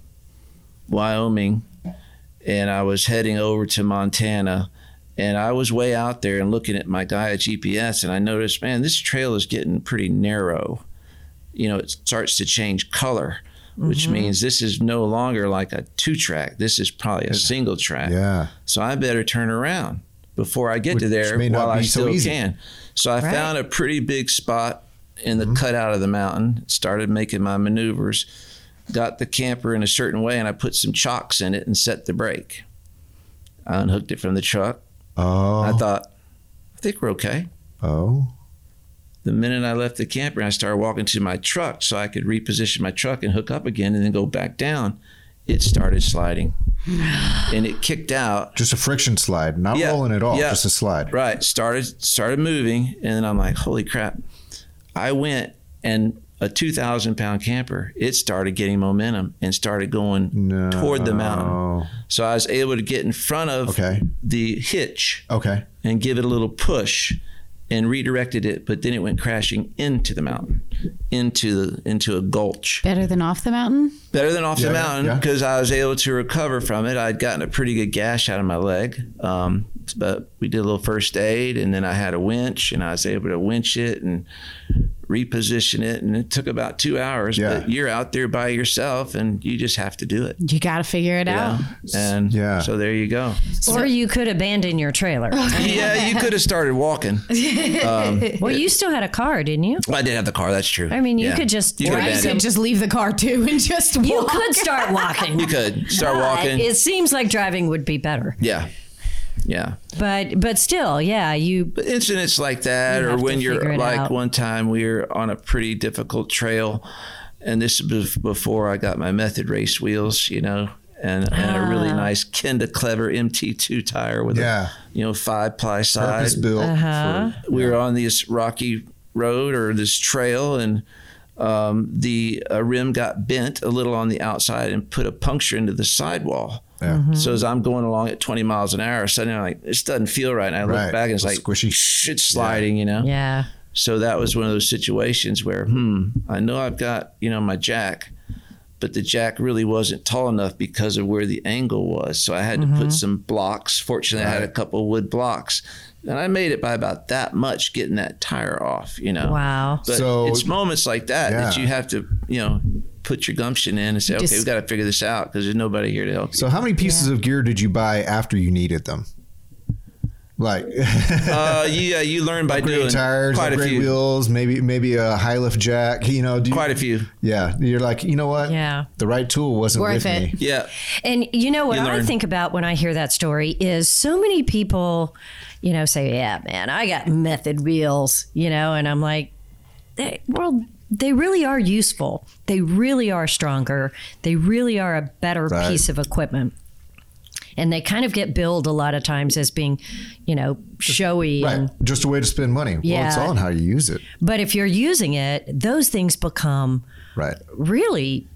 Speaker 4: Wyoming, and I was heading over to Montana. And I was way out there and looking at my Gaia GPS, and I noticed, man, this trail is getting pretty narrow. You know, it starts to change color, which means this is no longer like a two track. This is probably a single track.
Speaker 1: Yeah.
Speaker 4: So I better turn around before I get to
Speaker 1: Which
Speaker 4: there
Speaker 1: may not
Speaker 4: while I
Speaker 1: be so
Speaker 4: still
Speaker 1: easy.
Speaker 4: can. So I
Speaker 2: Right.
Speaker 4: found a pretty big spot in
Speaker 1: Mm-hmm.
Speaker 4: the cutout of the mountain, started making my maneuvers, got the camper in a certain way, and I put some chocks in it and set the brake. I unhooked it from the truck.
Speaker 1: Oh.
Speaker 4: I thought, I think we're okay.
Speaker 1: oh.
Speaker 4: The minute I left the camper, I started walking to my truck so I could reposition my truck and hook up again and then go back down. It started sliding and it kicked out
Speaker 1: Just a friction slide, not
Speaker 4: Yeah.
Speaker 1: rolling at all,
Speaker 4: Yeah.
Speaker 1: just a slide.
Speaker 4: Right. Started started moving, and then I'm like, holy crap! I went and a 2,000 pound camper. It started getting momentum and started going
Speaker 1: No.
Speaker 4: toward the mountain. So I was able to get in front of
Speaker 1: Okay.
Speaker 4: the hitch
Speaker 1: Okay.
Speaker 4: and give it a little push and redirected it, but then it went crashing into the mountain, into the into a gulch
Speaker 3: Better than off the mountain.
Speaker 4: better than off
Speaker 1: Yeah,
Speaker 4: the mountain
Speaker 1: yeah.
Speaker 4: because I was able to recover from it. I'd gotten a pretty good gash out of my leg, um, but we did a little first aid, and then I had a winch, and I was able to winch it and reposition it, and it took about two hours.
Speaker 1: Yeah.
Speaker 4: But you're out there by yourself, and you just have to do it.
Speaker 3: You got to figure it out.
Speaker 4: and
Speaker 1: Yeah.
Speaker 4: so there you go.
Speaker 2: or you could abandon your trailer.
Speaker 4: yeah, you could have started walking.
Speaker 2: well, you still had a car, didn't you?
Speaker 4: Well, I did have the car. That's true.
Speaker 2: I mean, you
Speaker 4: Yeah.
Speaker 2: could just
Speaker 4: You could
Speaker 2: drive
Speaker 3: I
Speaker 4: abandon.
Speaker 3: could just leave the car too and just walk.
Speaker 2: You could start walking.
Speaker 4: You could start walking.
Speaker 2: It seems like driving would be better,
Speaker 4: yeah, yeah.
Speaker 2: but but still, yeah, you
Speaker 4: But incidents like that,
Speaker 2: You
Speaker 4: or
Speaker 2: have to
Speaker 4: when
Speaker 2: figure
Speaker 4: you're
Speaker 2: it
Speaker 4: like
Speaker 2: out.
Speaker 4: one time we were on a pretty difficult trail, and this was before I got my method race wheels, you know, and, and a
Speaker 2: Ah.
Speaker 4: really nice Kenda Clever MT2 tire with
Speaker 1: Yeah.
Speaker 4: a you know five ply side.
Speaker 1: Purpose built.
Speaker 4: Uh-huh. We were on this rocky road or this trail, and um, the uh, rim got bent a little on the outside and put a puncture into the sidewall.
Speaker 1: Yeah.
Speaker 4: So as I'm going along at 20 miles an hour, suddenly I'm like, this doesn't feel right. And I
Speaker 1: Right.
Speaker 4: look back and it's
Speaker 1: It's
Speaker 4: like,
Speaker 1: squishy.
Speaker 4: "Shh, it's sliding, you know?
Speaker 2: yeah.
Speaker 4: So that was one of those situations where, hmm, I know I've got, you know, my jack, but the jack really wasn't tall enough because of where the angle was. So I had to put some blocks. Fortunately, I had a couple of wood blocks. And I made it by about that much getting that tire off, you know?
Speaker 2: Wow.
Speaker 4: But
Speaker 1: So-
Speaker 4: it's moments like that that
Speaker 1: Yeah.
Speaker 4: you have to, you know, put your gumption in and say,
Speaker 3: Just-
Speaker 4: okay, we've got to figure this out because there's nobody here to help you.
Speaker 1: So how many pieces of gear did you buy after you needed them? Like
Speaker 4: uh, yeah, you learn by
Speaker 1: great
Speaker 4: doing
Speaker 1: tires,
Speaker 4: quite a
Speaker 1: great
Speaker 4: few,
Speaker 1: wheels, maybe maybe a high lift jack. You know, do you,
Speaker 4: quite a few.
Speaker 1: yeah. You're like, you know what?
Speaker 2: Yeah.
Speaker 1: The right tool wasn't
Speaker 3: Worth
Speaker 1: with
Speaker 3: it.
Speaker 1: me.
Speaker 4: Yeah,
Speaker 2: And you know what
Speaker 4: You
Speaker 2: I
Speaker 4: learn.
Speaker 2: think about when I hear that story is so many people, you know, say, "Yeah, man, I got method wheels," you know, and I'm like, they, "Well, they really are useful. They really are stronger. They really are a better
Speaker 1: Right.
Speaker 2: piece of equipment." And they kind of get billed a lot of times as being, you know, showy
Speaker 1: Right.
Speaker 2: and
Speaker 1: Just a way to spend money. Well, it's
Speaker 2: Yeah.
Speaker 1: all in how you use it.
Speaker 2: but if you're using it, those things become
Speaker 1: Right.
Speaker 2: really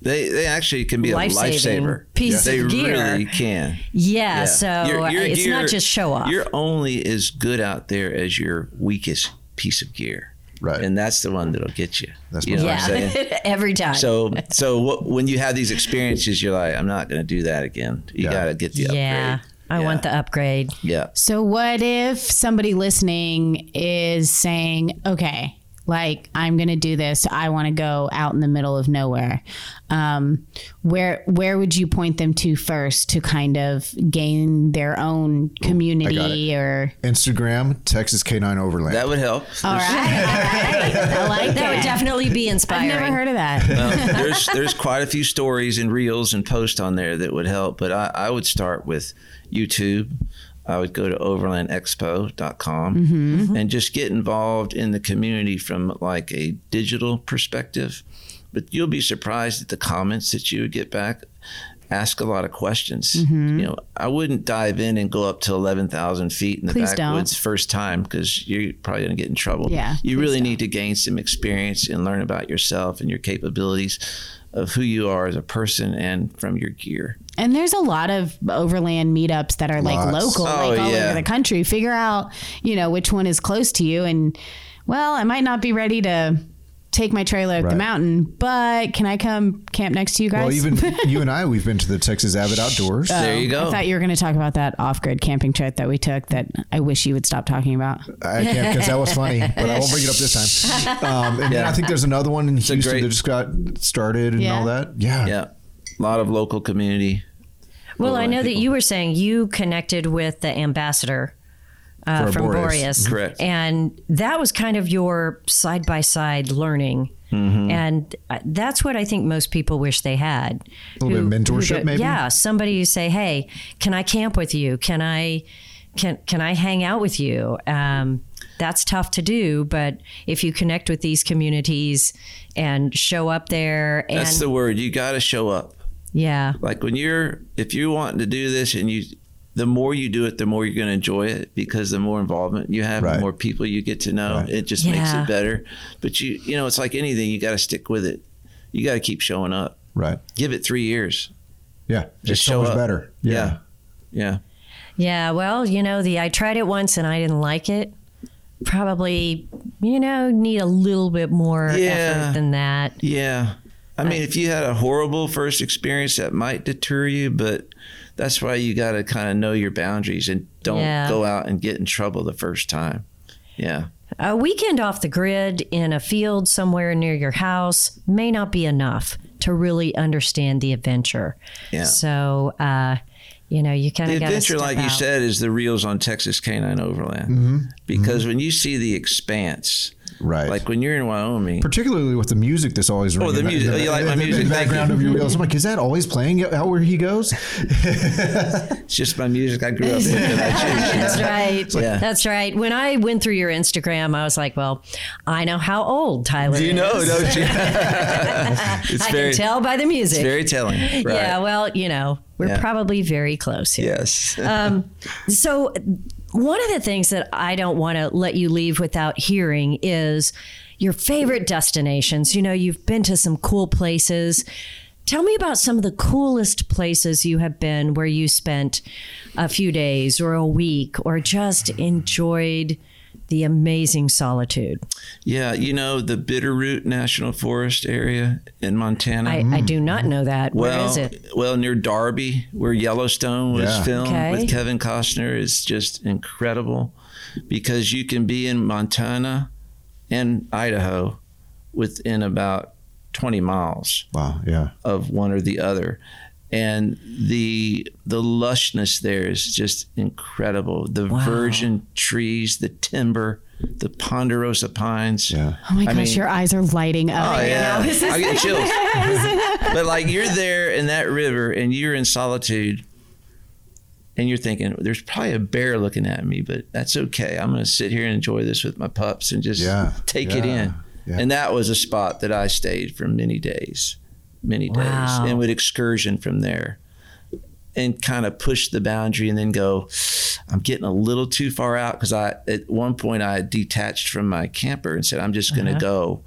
Speaker 4: they they actually can be
Speaker 2: Life-saving
Speaker 4: a lifesaver.
Speaker 2: piece
Speaker 4: they
Speaker 2: of gear.
Speaker 4: really can.
Speaker 2: yeah,
Speaker 4: Yeah.
Speaker 2: so uh,
Speaker 4: Your- your
Speaker 2: it's
Speaker 4: gear-
Speaker 2: not just show off.
Speaker 4: You're only as good out there as your weakest piece of gear,
Speaker 1: Right.
Speaker 4: and that's the one that'll get you.
Speaker 1: That's
Speaker 4: you
Speaker 1: my
Speaker 4: know what I'm saying.
Speaker 2: yeah, every time.
Speaker 4: So, so what, when you have these experiences, you're like, I'm not going to do that again. You
Speaker 1: Yeah.
Speaker 4: got to get the upgrade.
Speaker 2: Yeah. I want the upgrade.
Speaker 4: Yeah.
Speaker 3: So, what if somebody listening is saying, okay, like i'm gonna do this i want to go out in the middle of nowhere um, where where would you point them to first to kind of gain their own community or
Speaker 1: Instagram, Texas K9 Overland.
Speaker 4: That would help.
Speaker 3: all right, all right. i like
Speaker 2: That would
Speaker 3: that
Speaker 2: definitely be
Speaker 3: i've
Speaker 2: inspiring.
Speaker 3: never heard of that
Speaker 4: Um, there's there's quite a few stories and reels and posts on there that would help, but I, I would start with YouTube. I would go to overlandexpo.com
Speaker 3: Mm-hmm.
Speaker 4: and just get involved in the community from like a digital perspective. But you'll be surprised at the comments that you would get back. Ask a lot of questions.
Speaker 3: Mm-hmm.
Speaker 4: You know, I wouldn't dive in and go up to eleven thousand feet in the
Speaker 3: Please don't.
Speaker 4: backwoods first time because you're probably going to get in trouble.
Speaker 3: Yeah,
Speaker 4: you really need to gain some experience and learn about yourself and your capabilities of who you are as a person and from your gear.
Speaker 3: and there's a lot of overland meetups that are like
Speaker 1: Lots.
Speaker 3: local
Speaker 4: Oh,
Speaker 3: like all
Speaker 4: yeah.
Speaker 3: over the country figure out you know which one is close to you and well i might not be ready to take my trailer up the
Speaker 1: Right.
Speaker 3: mountain but can i come camp next to you guys Uh.
Speaker 1: well, even you and I, we've been to the Texas Avid Outdoors.
Speaker 4: there you go.
Speaker 3: Oh, I thought you were going to talk about that off-grid camping trip that we took. That I wish you would stop talking about.
Speaker 1: I can't because that was funny, but I won't bring it up this time. Um, and then I think there's another one in Houston
Speaker 4: great-
Speaker 1: that just got started and
Speaker 3: Yeah.
Speaker 1: all that. Yeah.
Speaker 4: yeah, a lot of local community.
Speaker 2: Well, I
Speaker 4: Overland
Speaker 2: know that
Speaker 4: people.
Speaker 2: you were saying you connected with the ambassador uh,
Speaker 1: For
Speaker 2: from
Speaker 1: Boreas.
Speaker 2: Boreas.
Speaker 4: Correct.
Speaker 2: And that was kind of your side by side learning.
Speaker 1: Mm-hmm.
Speaker 2: And uh, that's what I think most people wish they had. A
Speaker 1: little bit of mentorship, maybe?
Speaker 2: Yeah, somebody who say, "Hey, can I camp with you? Can I, can can I hang out with you?" Um, that's tough to do, but if you connect with these communities and show up there, and
Speaker 4: That's the word. You got to show up.
Speaker 2: yeah,
Speaker 4: Like when you're, if you're wanting to do this and you, the more you do it, the more you're going to enjoy it because the more involvement you have,
Speaker 1: Right.
Speaker 4: the more people you get to know. It just makes
Speaker 2: Yeah.
Speaker 4: it better. But you, you know, it's like anything. You got to stick with it. You got to keep showing up.
Speaker 1: Right.
Speaker 4: Give it three years.
Speaker 1: Yeah. it's
Speaker 4: Just
Speaker 1: so
Speaker 4: show
Speaker 1: much
Speaker 4: up.
Speaker 1: better.
Speaker 4: Yeah. Yeah.
Speaker 2: Yeah, well, you know, the I tried it once and I didn't like it. Probably, you know, need a little bit more
Speaker 4: Yeah.
Speaker 2: effort than that.
Speaker 4: Yeah. I
Speaker 2: Uh,
Speaker 4: mean, if you had a horrible first experience, that might deter you, but that's why you got to kind of know your boundaries and don't
Speaker 2: Yeah.
Speaker 4: go out and get in trouble the first time. Yeah.
Speaker 2: A weekend off the grid in a field somewhere near your house may not be enough to really understand the adventure.
Speaker 4: Yeah.
Speaker 2: So, uh, you know, you kind
Speaker 4: The
Speaker 2: of got to
Speaker 4: adventure,
Speaker 2: step
Speaker 4: like
Speaker 2: out.
Speaker 4: you said, is the reels on Texas Canine Overland. Because when you see the expanse,
Speaker 1: Right.
Speaker 4: like when you're in Wyoming,
Speaker 1: Particularly with the music that's always ringing
Speaker 4: the
Speaker 1: in
Speaker 4: music. Oh, you like my
Speaker 1: in
Speaker 4: music?
Speaker 1: The
Speaker 4: Thank
Speaker 1: background
Speaker 4: you.
Speaker 1: of your wheels. I'm like, is that always playing out where he goes?
Speaker 4: it's just my music I grew up with. and I choose.
Speaker 2: That's right.
Speaker 4: Yeah.
Speaker 2: That's right. When I went through your Instagram, I was like, well, I know how old Tyler
Speaker 4: Do you
Speaker 2: is.
Speaker 4: know, don't you? it's
Speaker 2: I
Speaker 4: very,
Speaker 2: can tell by the music.
Speaker 4: it's very telling. Right.
Speaker 2: Yeah, well, you know, we're
Speaker 4: Yeah.
Speaker 2: probably very close here.
Speaker 4: yes.
Speaker 2: So, one of the things that I don't want to let you leave without hearing is your favorite destinations. You know, you've been to some cool places. Tell me about some of the coolest places you have been where you spent a few days or a week or just enjoyed the amazing solitude.
Speaker 4: Yeah, you know the Bitterroot National Forest area in Montana.
Speaker 2: I, I do not know that. where
Speaker 4: Mm. well,
Speaker 2: is it?
Speaker 4: well, near Darby, where Yellowstone was
Speaker 1: Yeah.
Speaker 4: filmed
Speaker 2: Okay.
Speaker 4: with Kevin Costner, is just incredible because you can be in Montana and Idaho within about 20 miles
Speaker 1: Wow. Yeah.
Speaker 4: of one or the other. And the the lushness there is just incredible. The virgin trees, the timber, the ponderosa pines.
Speaker 1: Yeah.
Speaker 3: Oh my gosh,
Speaker 4: mean-
Speaker 3: your eyes are lighting up.
Speaker 4: Oh yeah,
Speaker 3: This is-
Speaker 4: I get chills. but like you're there in that river and you're in solitude, and you're thinking, "There's probably a bear looking at me, but that's okay. I'm going to sit here and enjoy this with my pups and just
Speaker 1: Yeah,
Speaker 4: take it
Speaker 1: yeah,
Speaker 4: in."
Speaker 1: yeah.
Speaker 4: And that was a spot that I stayed for many days, many
Speaker 2: Wow.
Speaker 4: days, and would excursion from there. And kind of push the boundary, and then go. I'm getting a little too far out because I at one point I detached from my camper and said I'm just going to go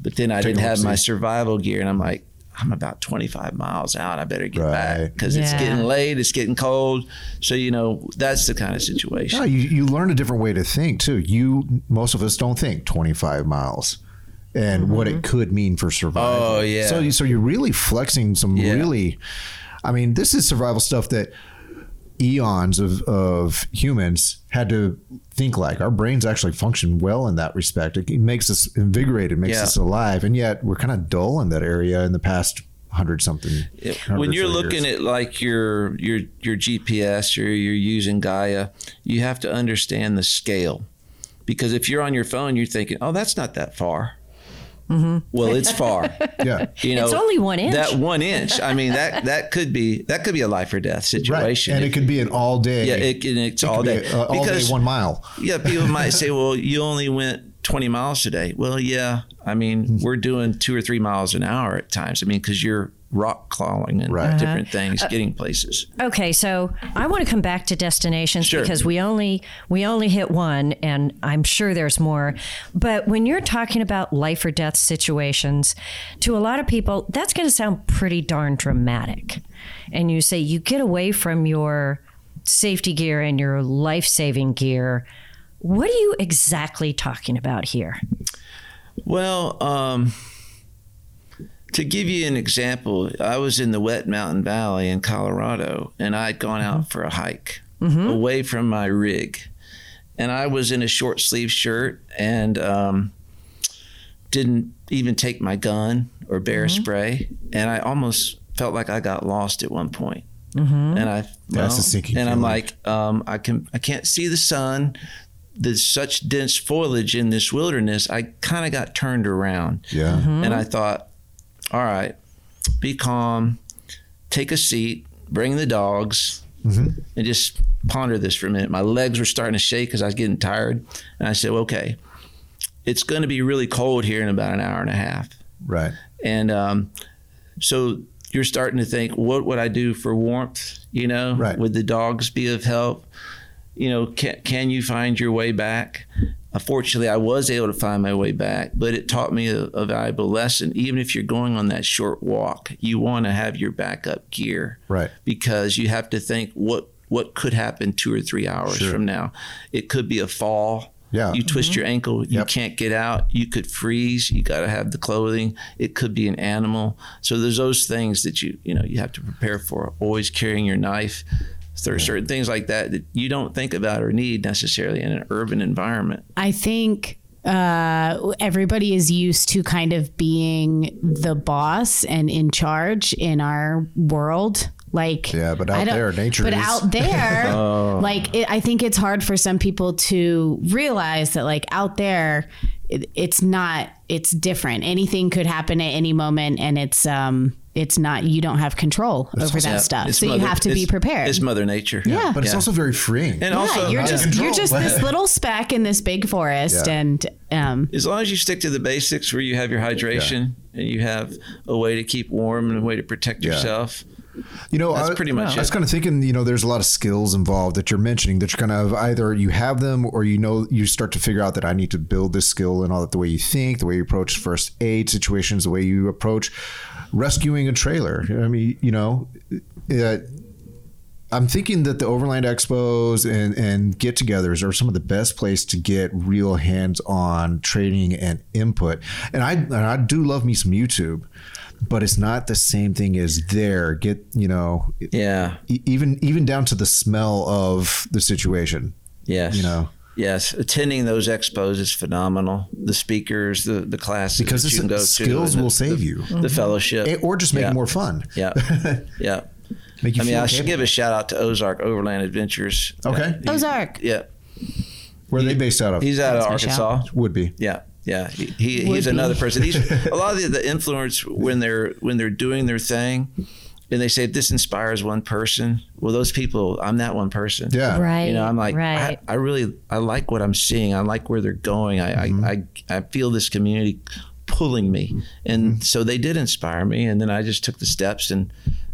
Speaker 4: but then I
Speaker 1: Take a
Speaker 4: didn't have
Speaker 1: look-see.
Speaker 4: my survival gear, and I'm like, I'm about 25 miles out. I better get back 'cause back
Speaker 1: Right.
Speaker 4: because it's
Speaker 2: Yeah.
Speaker 4: getting late, it's getting cold. So you know that's the kind of situation.
Speaker 1: No, you, you learn a different way to think too. You most of us don't think 25 miles and what it could mean for survival.
Speaker 4: Mm-hmm. Oh, yeah.
Speaker 1: So you- so you're really flexing some
Speaker 4: Yeah.
Speaker 1: really I mean, this is survival stuff that eons of, of humans had to think like. Our brains actually function well in that respect. It makes us invigorated, makes
Speaker 4: Yeah.
Speaker 1: us alive, and yet we're kind of dull in that area in the past hundred something.
Speaker 4: when you're looking at like your your your GPS, you're you're using Gaia, you have to understand the scale, because if you're on your phone, you're thinking, oh, that's not that far. Well, it's far.
Speaker 1: yeah,
Speaker 4: You
Speaker 2: Mm-hmm.
Speaker 4: know,
Speaker 2: It's only one inch.
Speaker 4: That one inch. I mean that that could be that could be a life or death
Speaker 1: right,
Speaker 4: situation.
Speaker 1: and it could be an all day.
Speaker 4: yeah, it, and it's
Speaker 1: it could
Speaker 4: all
Speaker 1: be
Speaker 4: day.
Speaker 1: a- a all day
Speaker 4: Because-
Speaker 1: one mile.
Speaker 4: yeah, people might say, well, you only went 20 miles today. Well, yeah. I mean, we're doing two or three miles an hour at times. I mean, because you're rock crawling and
Speaker 1: Right.
Speaker 4: different things, getting places.
Speaker 2: Okay, so I want to come back to destinations
Speaker 4: Sure.
Speaker 2: because we only we only hit one and I'm sure there's more. But when you're talking about life or death situations, to a lot of people that's going to sound pretty darn dramatic. And you say you get away from your safety gear and your life-saving gear. What are you exactly talking about here?
Speaker 4: Well, um, to give you an example, I was in the Wet Mountain Valley in Colorado, and I'd gone out for a hike away from my rig, and I was in a short sleeve shirt and um, didn't even take my gun or bear spray, and I almost felt like I got lost at one point. And I, well,
Speaker 1: That's a sinking
Speaker 4: and I'm
Speaker 1: feeling.
Speaker 4: like, um, I can, I can't see the sun there's such dense foliage in this wilderness, I kind of got turned around.
Speaker 1: Yeah.
Speaker 4: And I thought, all right, be calm, take a seat, bring the dogs,
Speaker 1: Mm-hmm.
Speaker 4: and just ponder this for a minute. My legs were starting to shake because I was getting tired. And I said, okay, it's going to be really cold here in about an hour and a half.
Speaker 1: Right.
Speaker 4: And um, so you're starting to think, what would I do for warmth? You know,
Speaker 1: Right.
Speaker 4: would the dogs be of help? You know, can, can you find your way back? Unfortunately, I was able to find my way back, but it taught me a, a valuable lesson. Even if you're going on that short walk, you want to have your backup gear
Speaker 1: Right.
Speaker 4: because you have to think what what could happen two or three hours from now. It could be a fall.
Speaker 1: Yeah.
Speaker 4: You twist
Speaker 3: Mm-hmm.
Speaker 4: your ankle, you
Speaker 1: Yep.
Speaker 4: can't get out, you could freeze, you got to have the clothing. It could be an animal. So there's those things that you, you know, you have to prepare for. Always carrying your knife. There are certain things like that that you don't think about or need necessarily in an urban environment.
Speaker 3: I think uh, everybody is used to kind of being the boss and in charge in our world. Like
Speaker 1: Yeah, but out
Speaker 3: I don't-
Speaker 1: there, nature
Speaker 3: But
Speaker 1: is.
Speaker 3: out there,
Speaker 4: Oh.
Speaker 3: like it, I think it's hard for some people to realize that, like out there, it, it's not. It's different. Anything could happen at any moment, and it's um, it's not. You don't have control over that
Speaker 4: Yeah.
Speaker 3: stuff,
Speaker 4: It's
Speaker 3: so you
Speaker 4: mother-
Speaker 3: have to be
Speaker 4: it's-
Speaker 3: prepared.
Speaker 4: It's Mother Nature.
Speaker 3: Yeah.
Speaker 1: But it's also very freeing.
Speaker 4: And also,
Speaker 3: yeah, you're
Speaker 4: I-
Speaker 3: just
Speaker 1: control.
Speaker 3: you're just this little speck in this big forest,
Speaker 1: Yeah.
Speaker 3: and um,
Speaker 4: as long as you stick to the basics where you have your hydration and you have a way to keep warm and a way to protect
Speaker 1: Yeah.
Speaker 4: yourself.
Speaker 1: You know,
Speaker 4: That's
Speaker 1: I,
Speaker 4: pretty much
Speaker 1: I was
Speaker 4: it.
Speaker 1: kind of thinking, you know, there's a lot of skills involved that you're mentioning that you're kind of either you have them or you know you start to figure out that I need to build this skill and all that the way you think, the way you approach first aid situations, the way you approach rescuing a trailer. I mean, you know, uh, I'm thinking that the Overland Expos and, and get togethers are some of the best place to get real hands on training and input. And I and I do love me some YouTube, but it's not the same thing as there. Get you know e-
Speaker 4: Yeah.
Speaker 1: even even down to the smell of the situation.
Speaker 4: Yes.
Speaker 1: You know.
Speaker 4: Yes. Attending those expos is phenomenal. The speakers, the the classes
Speaker 1: Because
Speaker 4: that
Speaker 1: it's-
Speaker 4: you can go
Speaker 1: skills
Speaker 4: to, and
Speaker 1: will
Speaker 4: the,
Speaker 1: save
Speaker 4: the-
Speaker 1: you.
Speaker 3: Mm-hmm.
Speaker 4: The fellowship.
Speaker 1: It- or just make
Speaker 4: Yeah.
Speaker 1: it more fun.
Speaker 4: Yeah. yeah.
Speaker 1: Make you
Speaker 4: I mean,
Speaker 1: feel
Speaker 4: I should
Speaker 1: capable.
Speaker 4: give a shout out to Ozark Overland Adventures.
Speaker 1: Okay.
Speaker 4: Yeah.
Speaker 3: Ozark.
Speaker 4: Yeah.
Speaker 1: Where are they based out of?
Speaker 4: He's out of
Speaker 3: Thanks, Michelle.
Speaker 4: Arkansas.
Speaker 1: Would be.
Speaker 4: Yeah, yeah. He, he
Speaker 3: Would
Speaker 4: he's
Speaker 3: be.
Speaker 4: another person. He's a lot of the, the influence when they're when they're doing their thing, and they say this inspires one person. Well, those people, I'm that one person.
Speaker 1: Yeah.
Speaker 2: Right.
Speaker 4: You know, I'm like,
Speaker 2: right.
Speaker 4: I, I really, I like what I'm seeing. I like where they're going. I, I, I, I feel this community pulling me, and so they did inspire me. And then I just took the steps, and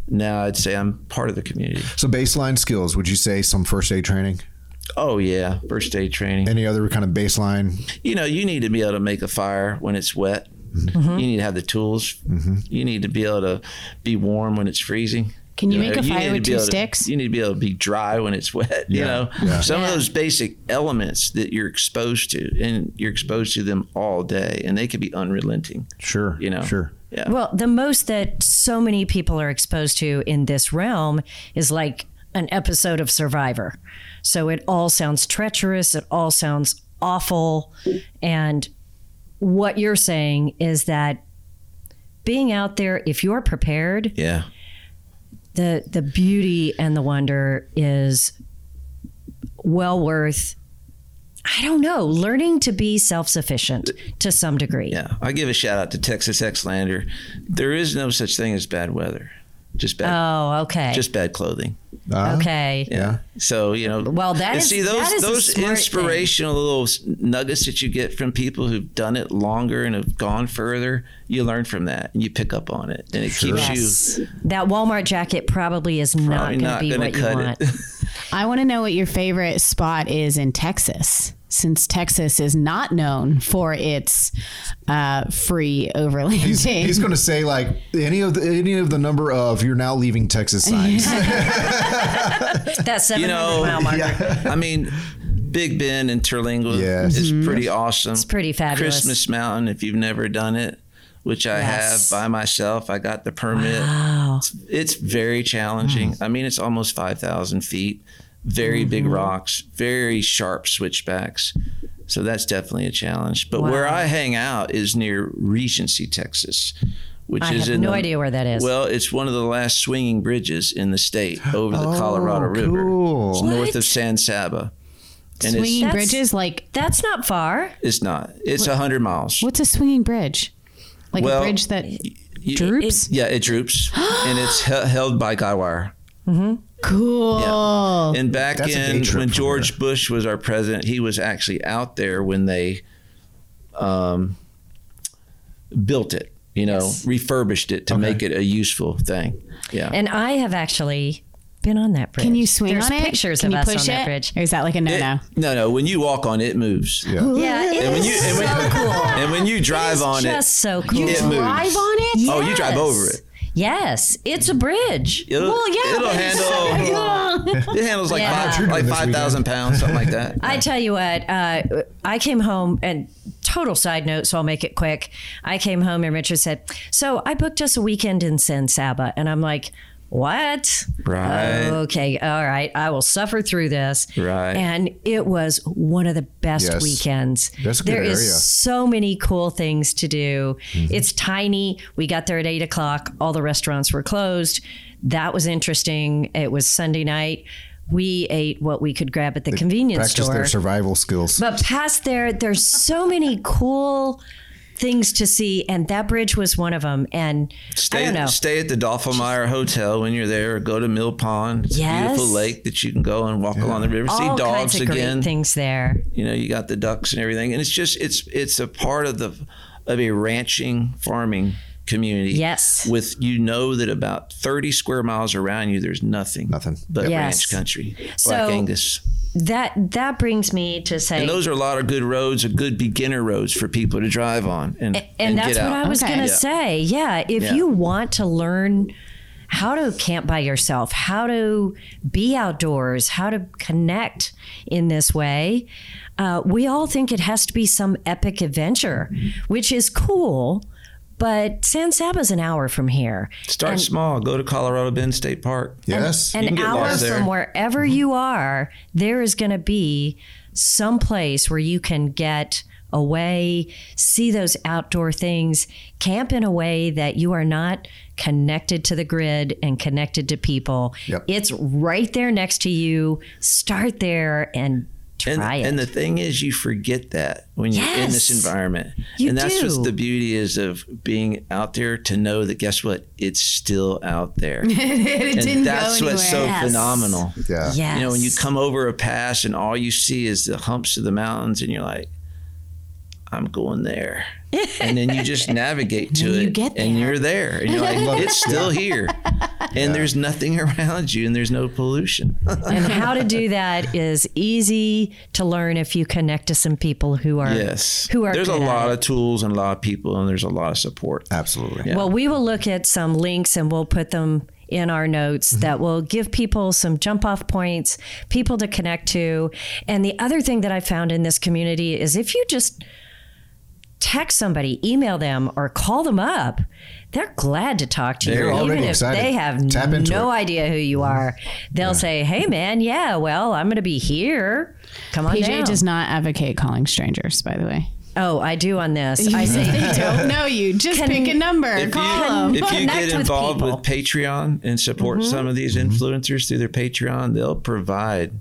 Speaker 4: now I'd say I'm part of the community.
Speaker 1: So baseline skills, would you say some first aid training?
Speaker 4: Oh yeah, first aid training.
Speaker 1: Any other kind of baseline?
Speaker 4: you know, you need to be able to make a fire when it's wet.
Speaker 2: Mm-hmm.
Speaker 4: You need to have the tools. You need to be able to be warm when it's freezing.
Speaker 3: Can you
Speaker 4: know,
Speaker 3: make a
Speaker 4: need
Speaker 3: fire
Speaker 4: to
Speaker 3: with
Speaker 4: be
Speaker 3: two
Speaker 4: able to-
Speaker 3: sticks?
Speaker 4: you need to be able to be dry when it's wet. You
Speaker 1: Yeah,
Speaker 4: know,
Speaker 1: yeah.
Speaker 4: some of those basic elements that you're exposed to, and you're exposed to them all day, and they could be unrelenting.
Speaker 1: Sure.
Speaker 4: You know,
Speaker 1: Sure.
Speaker 4: Yeah.
Speaker 2: Well, the most that so many people are exposed to in this realm is like an episode of Survivor. So it all sounds treacherous, it all sounds awful. And what you're saying is that being out there, if you're prepared,
Speaker 4: Yeah.
Speaker 2: the the beauty and the wonder is well worth I don't know, learning to be self-sufficient to some degree.
Speaker 4: Yeah. I give a shout out to Texas Xlander. There is no such thing as bad weather. Just bad
Speaker 2: Oh, okay.
Speaker 4: just uh-huh. bad clothing.
Speaker 1: Ah,
Speaker 2: okay.
Speaker 1: Yeah.
Speaker 4: So, you know,
Speaker 2: Well, that
Speaker 4: and
Speaker 2: is-
Speaker 4: see those
Speaker 2: that is a
Speaker 4: those
Speaker 2: smart
Speaker 4: inspirational little s- nuggets that you get from people who've done it longer and have gone further, you learn from that and you pick up on it. And it keeps you
Speaker 2: Yes. That Walmart jacket probably is
Speaker 4: probably
Speaker 2: not
Speaker 4: not
Speaker 2: going to be
Speaker 4: going
Speaker 2: what
Speaker 4: to
Speaker 2: you
Speaker 4: cut
Speaker 2: want.
Speaker 4: it.
Speaker 3: I want to know what your favorite spot is in Texas, since Texas is not known for its uh, free overlanding.
Speaker 1: He's, he's going to say like any of the any of the number of you're now leaving Texas signs.
Speaker 2: That 700
Speaker 4: you know,
Speaker 2: mile marker.
Speaker 4: I mean, Big Ben and Terlingua
Speaker 1: Yes.
Speaker 4: is pretty awesome. It's
Speaker 2: Mm-hmm. pretty fabulous.
Speaker 4: Christmas Mountain, if you've never done it, which I
Speaker 2: Yes.
Speaker 4: have by myself, I got the permit. It's, it's very challenging. I mean, it's almost 5,000 feet, very big
Speaker 2: Mm-hmm.
Speaker 4: rocks, very sharp switchbacks. So that's definitely a challenge. But where
Speaker 2: Wow.
Speaker 4: I hang out is near Regency, Texas. Which
Speaker 2: I
Speaker 4: is
Speaker 2: have
Speaker 4: in
Speaker 2: no
Speaker 4: the-
Speaker 2: idea where that is.
Speaker 4: Well, it's one of the last swinging bridges in the state over the
Speaker 1: Oh,
Speaker 4: Colorado River.
Speaker 1: cool.
Speaker 4: It's north
Speaker 2: What?
Speaker 4: of San Saba. And
Speaker 3: swinging
Speaker 2: That's-
Speaker 3: bridges, like
Speaker 2: That's not far.
Speaker 4: it's, it's not. It's a 100 miles.
Speaker 3: what's a swinging bridge? Like
Speaker 4: Well,
Speaker 3: a bridge that
Speaker 4: You-
Speaker 3: droops.
Speaker 4: Yeah, it droops. and it's he- held by guy wire.
Speaker 3: cool.
Speaker 4: And back
Speaker 1: That's a day
Speaker 4: in
Speaker 1: trip
Speaker 4: when
Speaker 1: from
Speaker 4: George Bush was our president, he was actually out there when they um, built it, you know, refurbished it to make it a useful thing. Yeah.
Speaker 2: And I have actually been on that bridge.
Speaker 3: Can you swing
Speaker 2: There's
Speaker 3: on it?
Speaker 2: pictures
Speaker 3: Can
Speaker 2: of
Speaker 3: you
Speaker 2: us
Speaker 3: push
Speaker 2: on
Speaker 3: it?
Speaker 2: that bridge.
Speaker 3: Or is that like a no
Speaker 4: It-
Speaker 3: no?
Speaker 4: no, no. When you walk on it, moves.
Speaker 1: Yeah.
Speaker 2: Yeah, it
Speaker 4: And when you
Speaker 2: is
Speaker 4: and when,
Speaker 2: so cool.
Speaker 4: and when you drive on it,
Speaker 2: Just so cool.
Speaker 4: it moves.
Speaker 3: Drive on it?
Speaker 4: Oh, you drive
Speaker 2: Yes.
Speaker 4: over it.
Speaker 2: Yes, it's a bridge.
Speaker 4: It'll-
Speaker 2: well, yeah,
Speaker 4: it'll
Speaker 2: but it's
Speaker 4: handle-
Speaker 2: so cool.
Speaker 4: It handles like
Speaker 2: Yeah.
Speaker 4: five, like
Speaker 1: This
Speaker 4: five thousand pounds, something like that.
Speaker 2: I tell you what, uh, I came home and total side note, so I'll make it quick. I came home and Richard said, "So I booked us a weekend in San Saba," and I'm like, "What?
Speaker 4: Right.
Speaker 2: Okay, all right. I will suffer through this."
Speaker 4: Right.
Speaker 2: And it was one of the best
Speaker 1: Yes.
Speaker 2: weekends.
Speaker 1: That's a good
Speaker 2: There is
Speaker 1: area.
Speaker 2: so many cool things to do.
Speaker 4: Mm-hmm.
Speaker 2: It's tiny. We got there at eight o'clock. All the restaurants were closed. That was interesting. It was Sunday night. We ate what we could grab at the convenience
Speaker 1: Practice
Speaker 2: store.
Speaker 1: their survival skills.
Speaker 2: But past there, there's so many cool things to see, and that bridge was one of them. And
Speaker 4: Stay,
Speaker 2: I don't know.
Speaker 4: stay at the Dolphinmeyer Hotel when you're there, or go to Mill Pond. It's a beautiful
Speaker 2: Yes.
Speaker 4: lake that you can go and walk along the river, see
Speaker 2: all
Speaker 4: dogs
Speaker 2: kinds of
Speaker 4: again.
Speaker 2: great things there.
Speaker 4: You know, you got the ducks and everything, and it's just it's it's a part of the of a ranching farming community.
Speaker 2: Yes.
Speaker 4: with you know that about thirty square miles around you, there's nothing,
Speaker 1: Nothing.
Speaker 4: but
Speaker 2: Yes.
Speaker 4: ranch country, Black
Speaker 2: So-
Speaker 4: Angus.
Speaker 2: That that brings me to say,
Speaker 4: And those are a lot of good roads, a good beginner roads for people to drive on and, and,
Speaker 2: and that's
Speaker 4: get
Speaker 2: what
Speaker 4: out.
Speaker 2: I was
Speaker 3: Okay.
Speaker 2: gonna
Speaker 3: Yeah.
Speaker 2: say. Yeah, if
Speaker 4: Yeah.
Speaker 2: you want to learn how to camp by yourself, how to be outdoors, how to connect in this way, uh, we all think it has to be some epic adventure, which is cool. But San Saba's an hour from here.
Speaker 4: Start small. Go to Colorado Bend State Park.
Speaker 1: yes.
Speaker 4: can
Speaker 2: an
Speaker 4: get
Speaker 2: hour
Speaker 4: lost there. Mm-hmm.
Speaker 2: from wherever you are, there is going to be some place where you can get away, see those outdoor things, camp in a way that you are not connected to the grid and connected to people.
Speaker 1: Yep.
Speaker 2: It's right there next to you. Start there and
Speaker 4: And,
Speaker 2: try it.
Speaker 4: and the thing is, you forget that when you're in this
Speaker 2: Yes.
Speaker 4: environment.
Speaker 2: You
Speaker 4: and that's
Speaker 2: do.
Speaker 4: what the beauty is of being out there to know that guess what? It's still out there.
Speaker 3: it
Speaker 4: and
Speaker 3: didn't
Speaker 4: that's
Speaker 3: go anywhere.
Speaker 4: what's so
Speaker 2: Yes.
Speaker 4: phenomenal.
Speaker 1: Yeah.
Speaker 2: yes.
Speaker 4: You know, when you come over a pass and all you see is the humps of the mountains, and you're like, I'm going there. and then you just navigate to it,
Speaker 3: you get
Speaker 4: and
Speaker 3: there.
Speaker 4: you're there, and you're like, it's still here, and there's nothing around you, and there's no pollution.
Speaker 2: and how to do that is easy to learn if you connect to some people who are
Speaker 4: yes,
Speaker 2: who are
Speaker 4: there's a
Speaker 2: good at
Speaker 4: lot
Speaker 2: it.
Speaker 4: of tools and a lot of people, and there's a lot of support.
Speaker 1: Absolutely.
Speaker 4: Yeah.
Speaker 2: Well, we will look at some links and we'll put them in our notes
Speaker 1: Mm-hmm.
Speaker 2: that will give people some jump off points, people to connect to. And the other thing that I found in this community is if you just text somebody, email them, or call them up. They're glad to talk to
Speaker 4: They're
Speaker 2: you, even
Speaker 1: already
Speaker 2: if
Speaker 1: excited.
Speaker 2: they have
Speaker 1: Tap into it.
Speaker 2: no
Speaker 1: Mm-hmm.
Speaker 2: idea who you are. They'll say, "Hey, man, yeah, well, I'm going to be here. Come on
Speaker 3: PJ
Speaker 2: down."
Speaker 3: does not advocate calling strangers, by the way.
Speaker 2: oh, I do on
Speaker 3: Uh,
Speaker 2: this. I say,
Speaker 3: they don't know you. Just
Speaker 2: Can-
Speaker 3: pick a number.
Speaker 4: if
Speaker 3: call them.
Speaker 4: you, if you
Speaker 2: Connect
Speaker 4: get
Speaker 2: with
Speaker 4: involved
Speaker 2: people.
Speaker 4: with,
Speaker 2: Mm-hmm.
Speaker 4: Patreon and support some of these
Speaker 1: Mm-hmm.
Speaker 4: influencers through their Patreon, they'll provide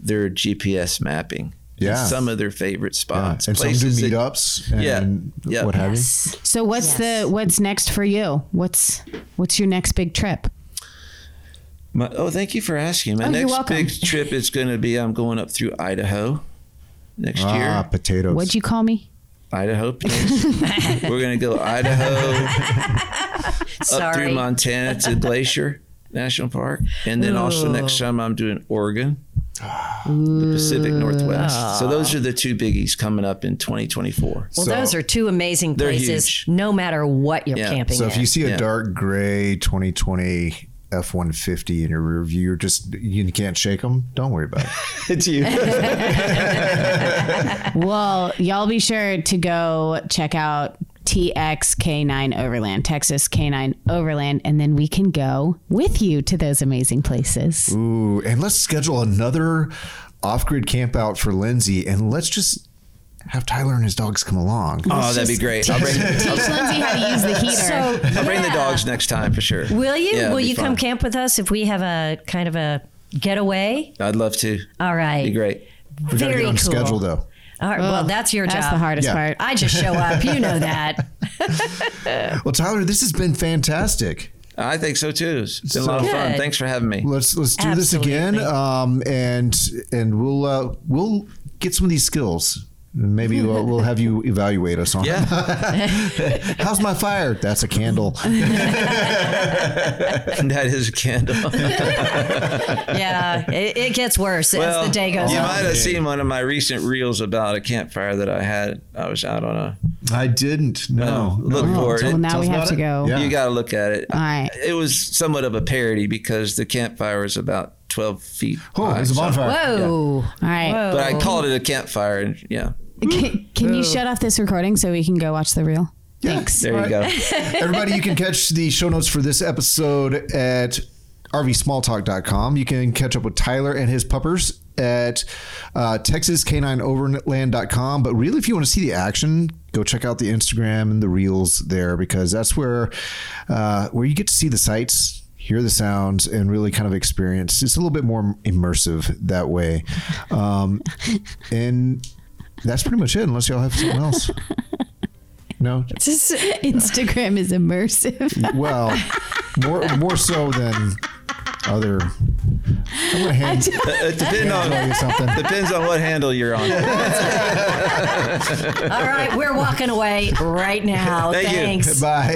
Speaker 4: their GPS mapping. to
Speaker 1: Yeah.
Speaker 4: Some of their favorite
Speaker 1: Yeah,
Speaker 4: spots.
Speaker 1: Uh, and some do
Speaker 4: places that-
Speaker 1: meetups and
Speaker 4: Yeah, yeah.
Speaker 1: what have
Speaker 2: Yes.
Speaker 3: So what's
Speaker 2: Yes.
Speaker 3: the what's next for you? What's what's your next big trip?
Speaker 4: My, oh, thank you for asking. My
Speaker 3: Oh, you're
Speaker 4: next
Speaker 3: welcome.
Speaker 4: big trip is going to be I'm going up through Idaho next
Speaker 1: you. Ah,
Speaker 4: year.
Speaker 1: potatoes.
Speaker 3: What'd you call me?
Speaker 4: Idaho. Peninsula. We're going to go Idaho up
Speaker 2: Sorry.
Speaker 4: through Montana to Glacier National Park, and then also next summer I'm doing Oregon, the Pacific Northwest. So those are the two biggies coming up in 2024.
Speaker 2: well,
Speaker 1: So-
Speaker 2: those are two amazing
Speaker 4: They're
Speaker 2: places.
Speaker 4: huge.
Speaker 2: No matter what you're
Speaker 4: Yeah.
Speaker 2: camping
Speaker 1: so
Speaker 2: in.
Speaker 1: if you see a
Speaker 4: Yeah.
Speaker 1: dark gray 2020 F-150 in your rear view, you're just you can't shake them. Don't worry about it.
Speaker 4: It's you.
Speaker 3: Well, y'all be sure to go check out TXK9 Overland, Texas K9 Overland, and then we can go with you to those amazing places.
Speaker 1: Ooh, and let's schedule another off-grid camp out for Lindsay, and let's just have Tyler and his dogs come along.
Speaker 4: oh, that'd be great. I'll bring,
Speaker 3: Teach Lindsay how to use the heater.
Speaker 2: so
Speaker 4: I'll bring the
Speaker 2: yeah.
Speaker 4: dogs next time for sure.
Speaker 2: Will you?
Speaker 4: Yeah, it'd
Speaker 2: Will
Speaker 4: be
Speaker 2: you
Speaker 4: fun.
Speaker 2: come camp with us if we have a kind of a getaway?
Speaker 4: I'd love to.
Speaker 2: All right.
Speaker 4: Be great.
Speaker 1: We gotta
Speaker 2: Very
Speaker 1: get on
Speaker 2: cool.
Speaker 1: schedule though.
Speaker 2: All right. well, that's your
Speaker 3: That's
Speaker 2: job.
Speaker 3: the hardest
Speaker 1: Yeah.
Speaker 3: part.
Speaker 2: I just show up. You know that.
Speaker 1: Well, Tyler, this has been fantastic.
Speaker 4: I think so too. It's been a lot of
Speaker 2: So-
Speaker 4: fun.
Speaker 2: Good.
Speaker 4: Thanks for having me.
Speaker 1: Let's let's do this again,
Speaker 2: Absolutely.
Speaker 1: um, and and we'll uh, we'll get some of these skills. Maybe we'll, we'll have you evaluate us on.
Speaker 4: Yeah.
Speaker 1: How's my fire? That's a candle.
Speaker 4: that is a candle.
Speaker 2: Yeah. It, it gets worse as the day goes
Speaker 4: you
Speaker 2: on.
Speaker 4: might have seen one of my recent reels about a campfire that I had. I was out on a.
Speaker 1: I didn't.
Speaker 4: No, look for it.
Speaker 1: tell-
Speaker 4: Well,
Speaker 3: now
Speaker 1: tell
Speaker 3: we
Speaker 1: us
Speaker 3: have
Speaker 1: about
Speaker 3: to
Speaker 1: it.
Speaker 3: go.
Speaker 1: Oh, Yeah.
Speaker 4: You got to look at it.
Speaker 3: All right.
Speaker 4: It was somewhat of a parody because the campfire was about twelve feet.
Speaker 1: Oh,
Speaker 4: high,
Speaker 1: there's a
Speaker 4: so-
Speaker 1: bonfire.
Speaker 2: Whoa.
Speaker 3: All right.
Speaker 2: Whoa.
Speaker 4: But I called it a campfire, and yeah,
Speaker 3: Can, can you shut off this recording so we can go watch the reel?
Speaker 1: Yeah.
Speaker 3: Thanks.
Speaker 4: there you go.
Speaker 1: Everybody, you can catch the show notes for this episode at rvsmalltalk.com. You can catch up with Tyler and his puppers at uh, texascanineoverland.com. But really, if you want to see the action, go check out the Instagram and the reels there because that's where uh, where you get to see the sights. Hear the sounds and really kind of experience. It's a little bit more immersive that way, um, and that's pretty much it. Unless y'all have something else. No,
Speaker 3: Just- Instagram is immersive.
Speaker 1: well, more more so than other. I'm gonna hand
Speaker 4: it depends
Speaker 1: tell
Speaker 4: on
Speaker 1: you something.
Speaker 4: depends on what handle you're on.
Speaker 2: All right. We're walking away right now.
Speaker 4: Thank you.
Speaker 2: Thanks.
Speaker 1: Bye.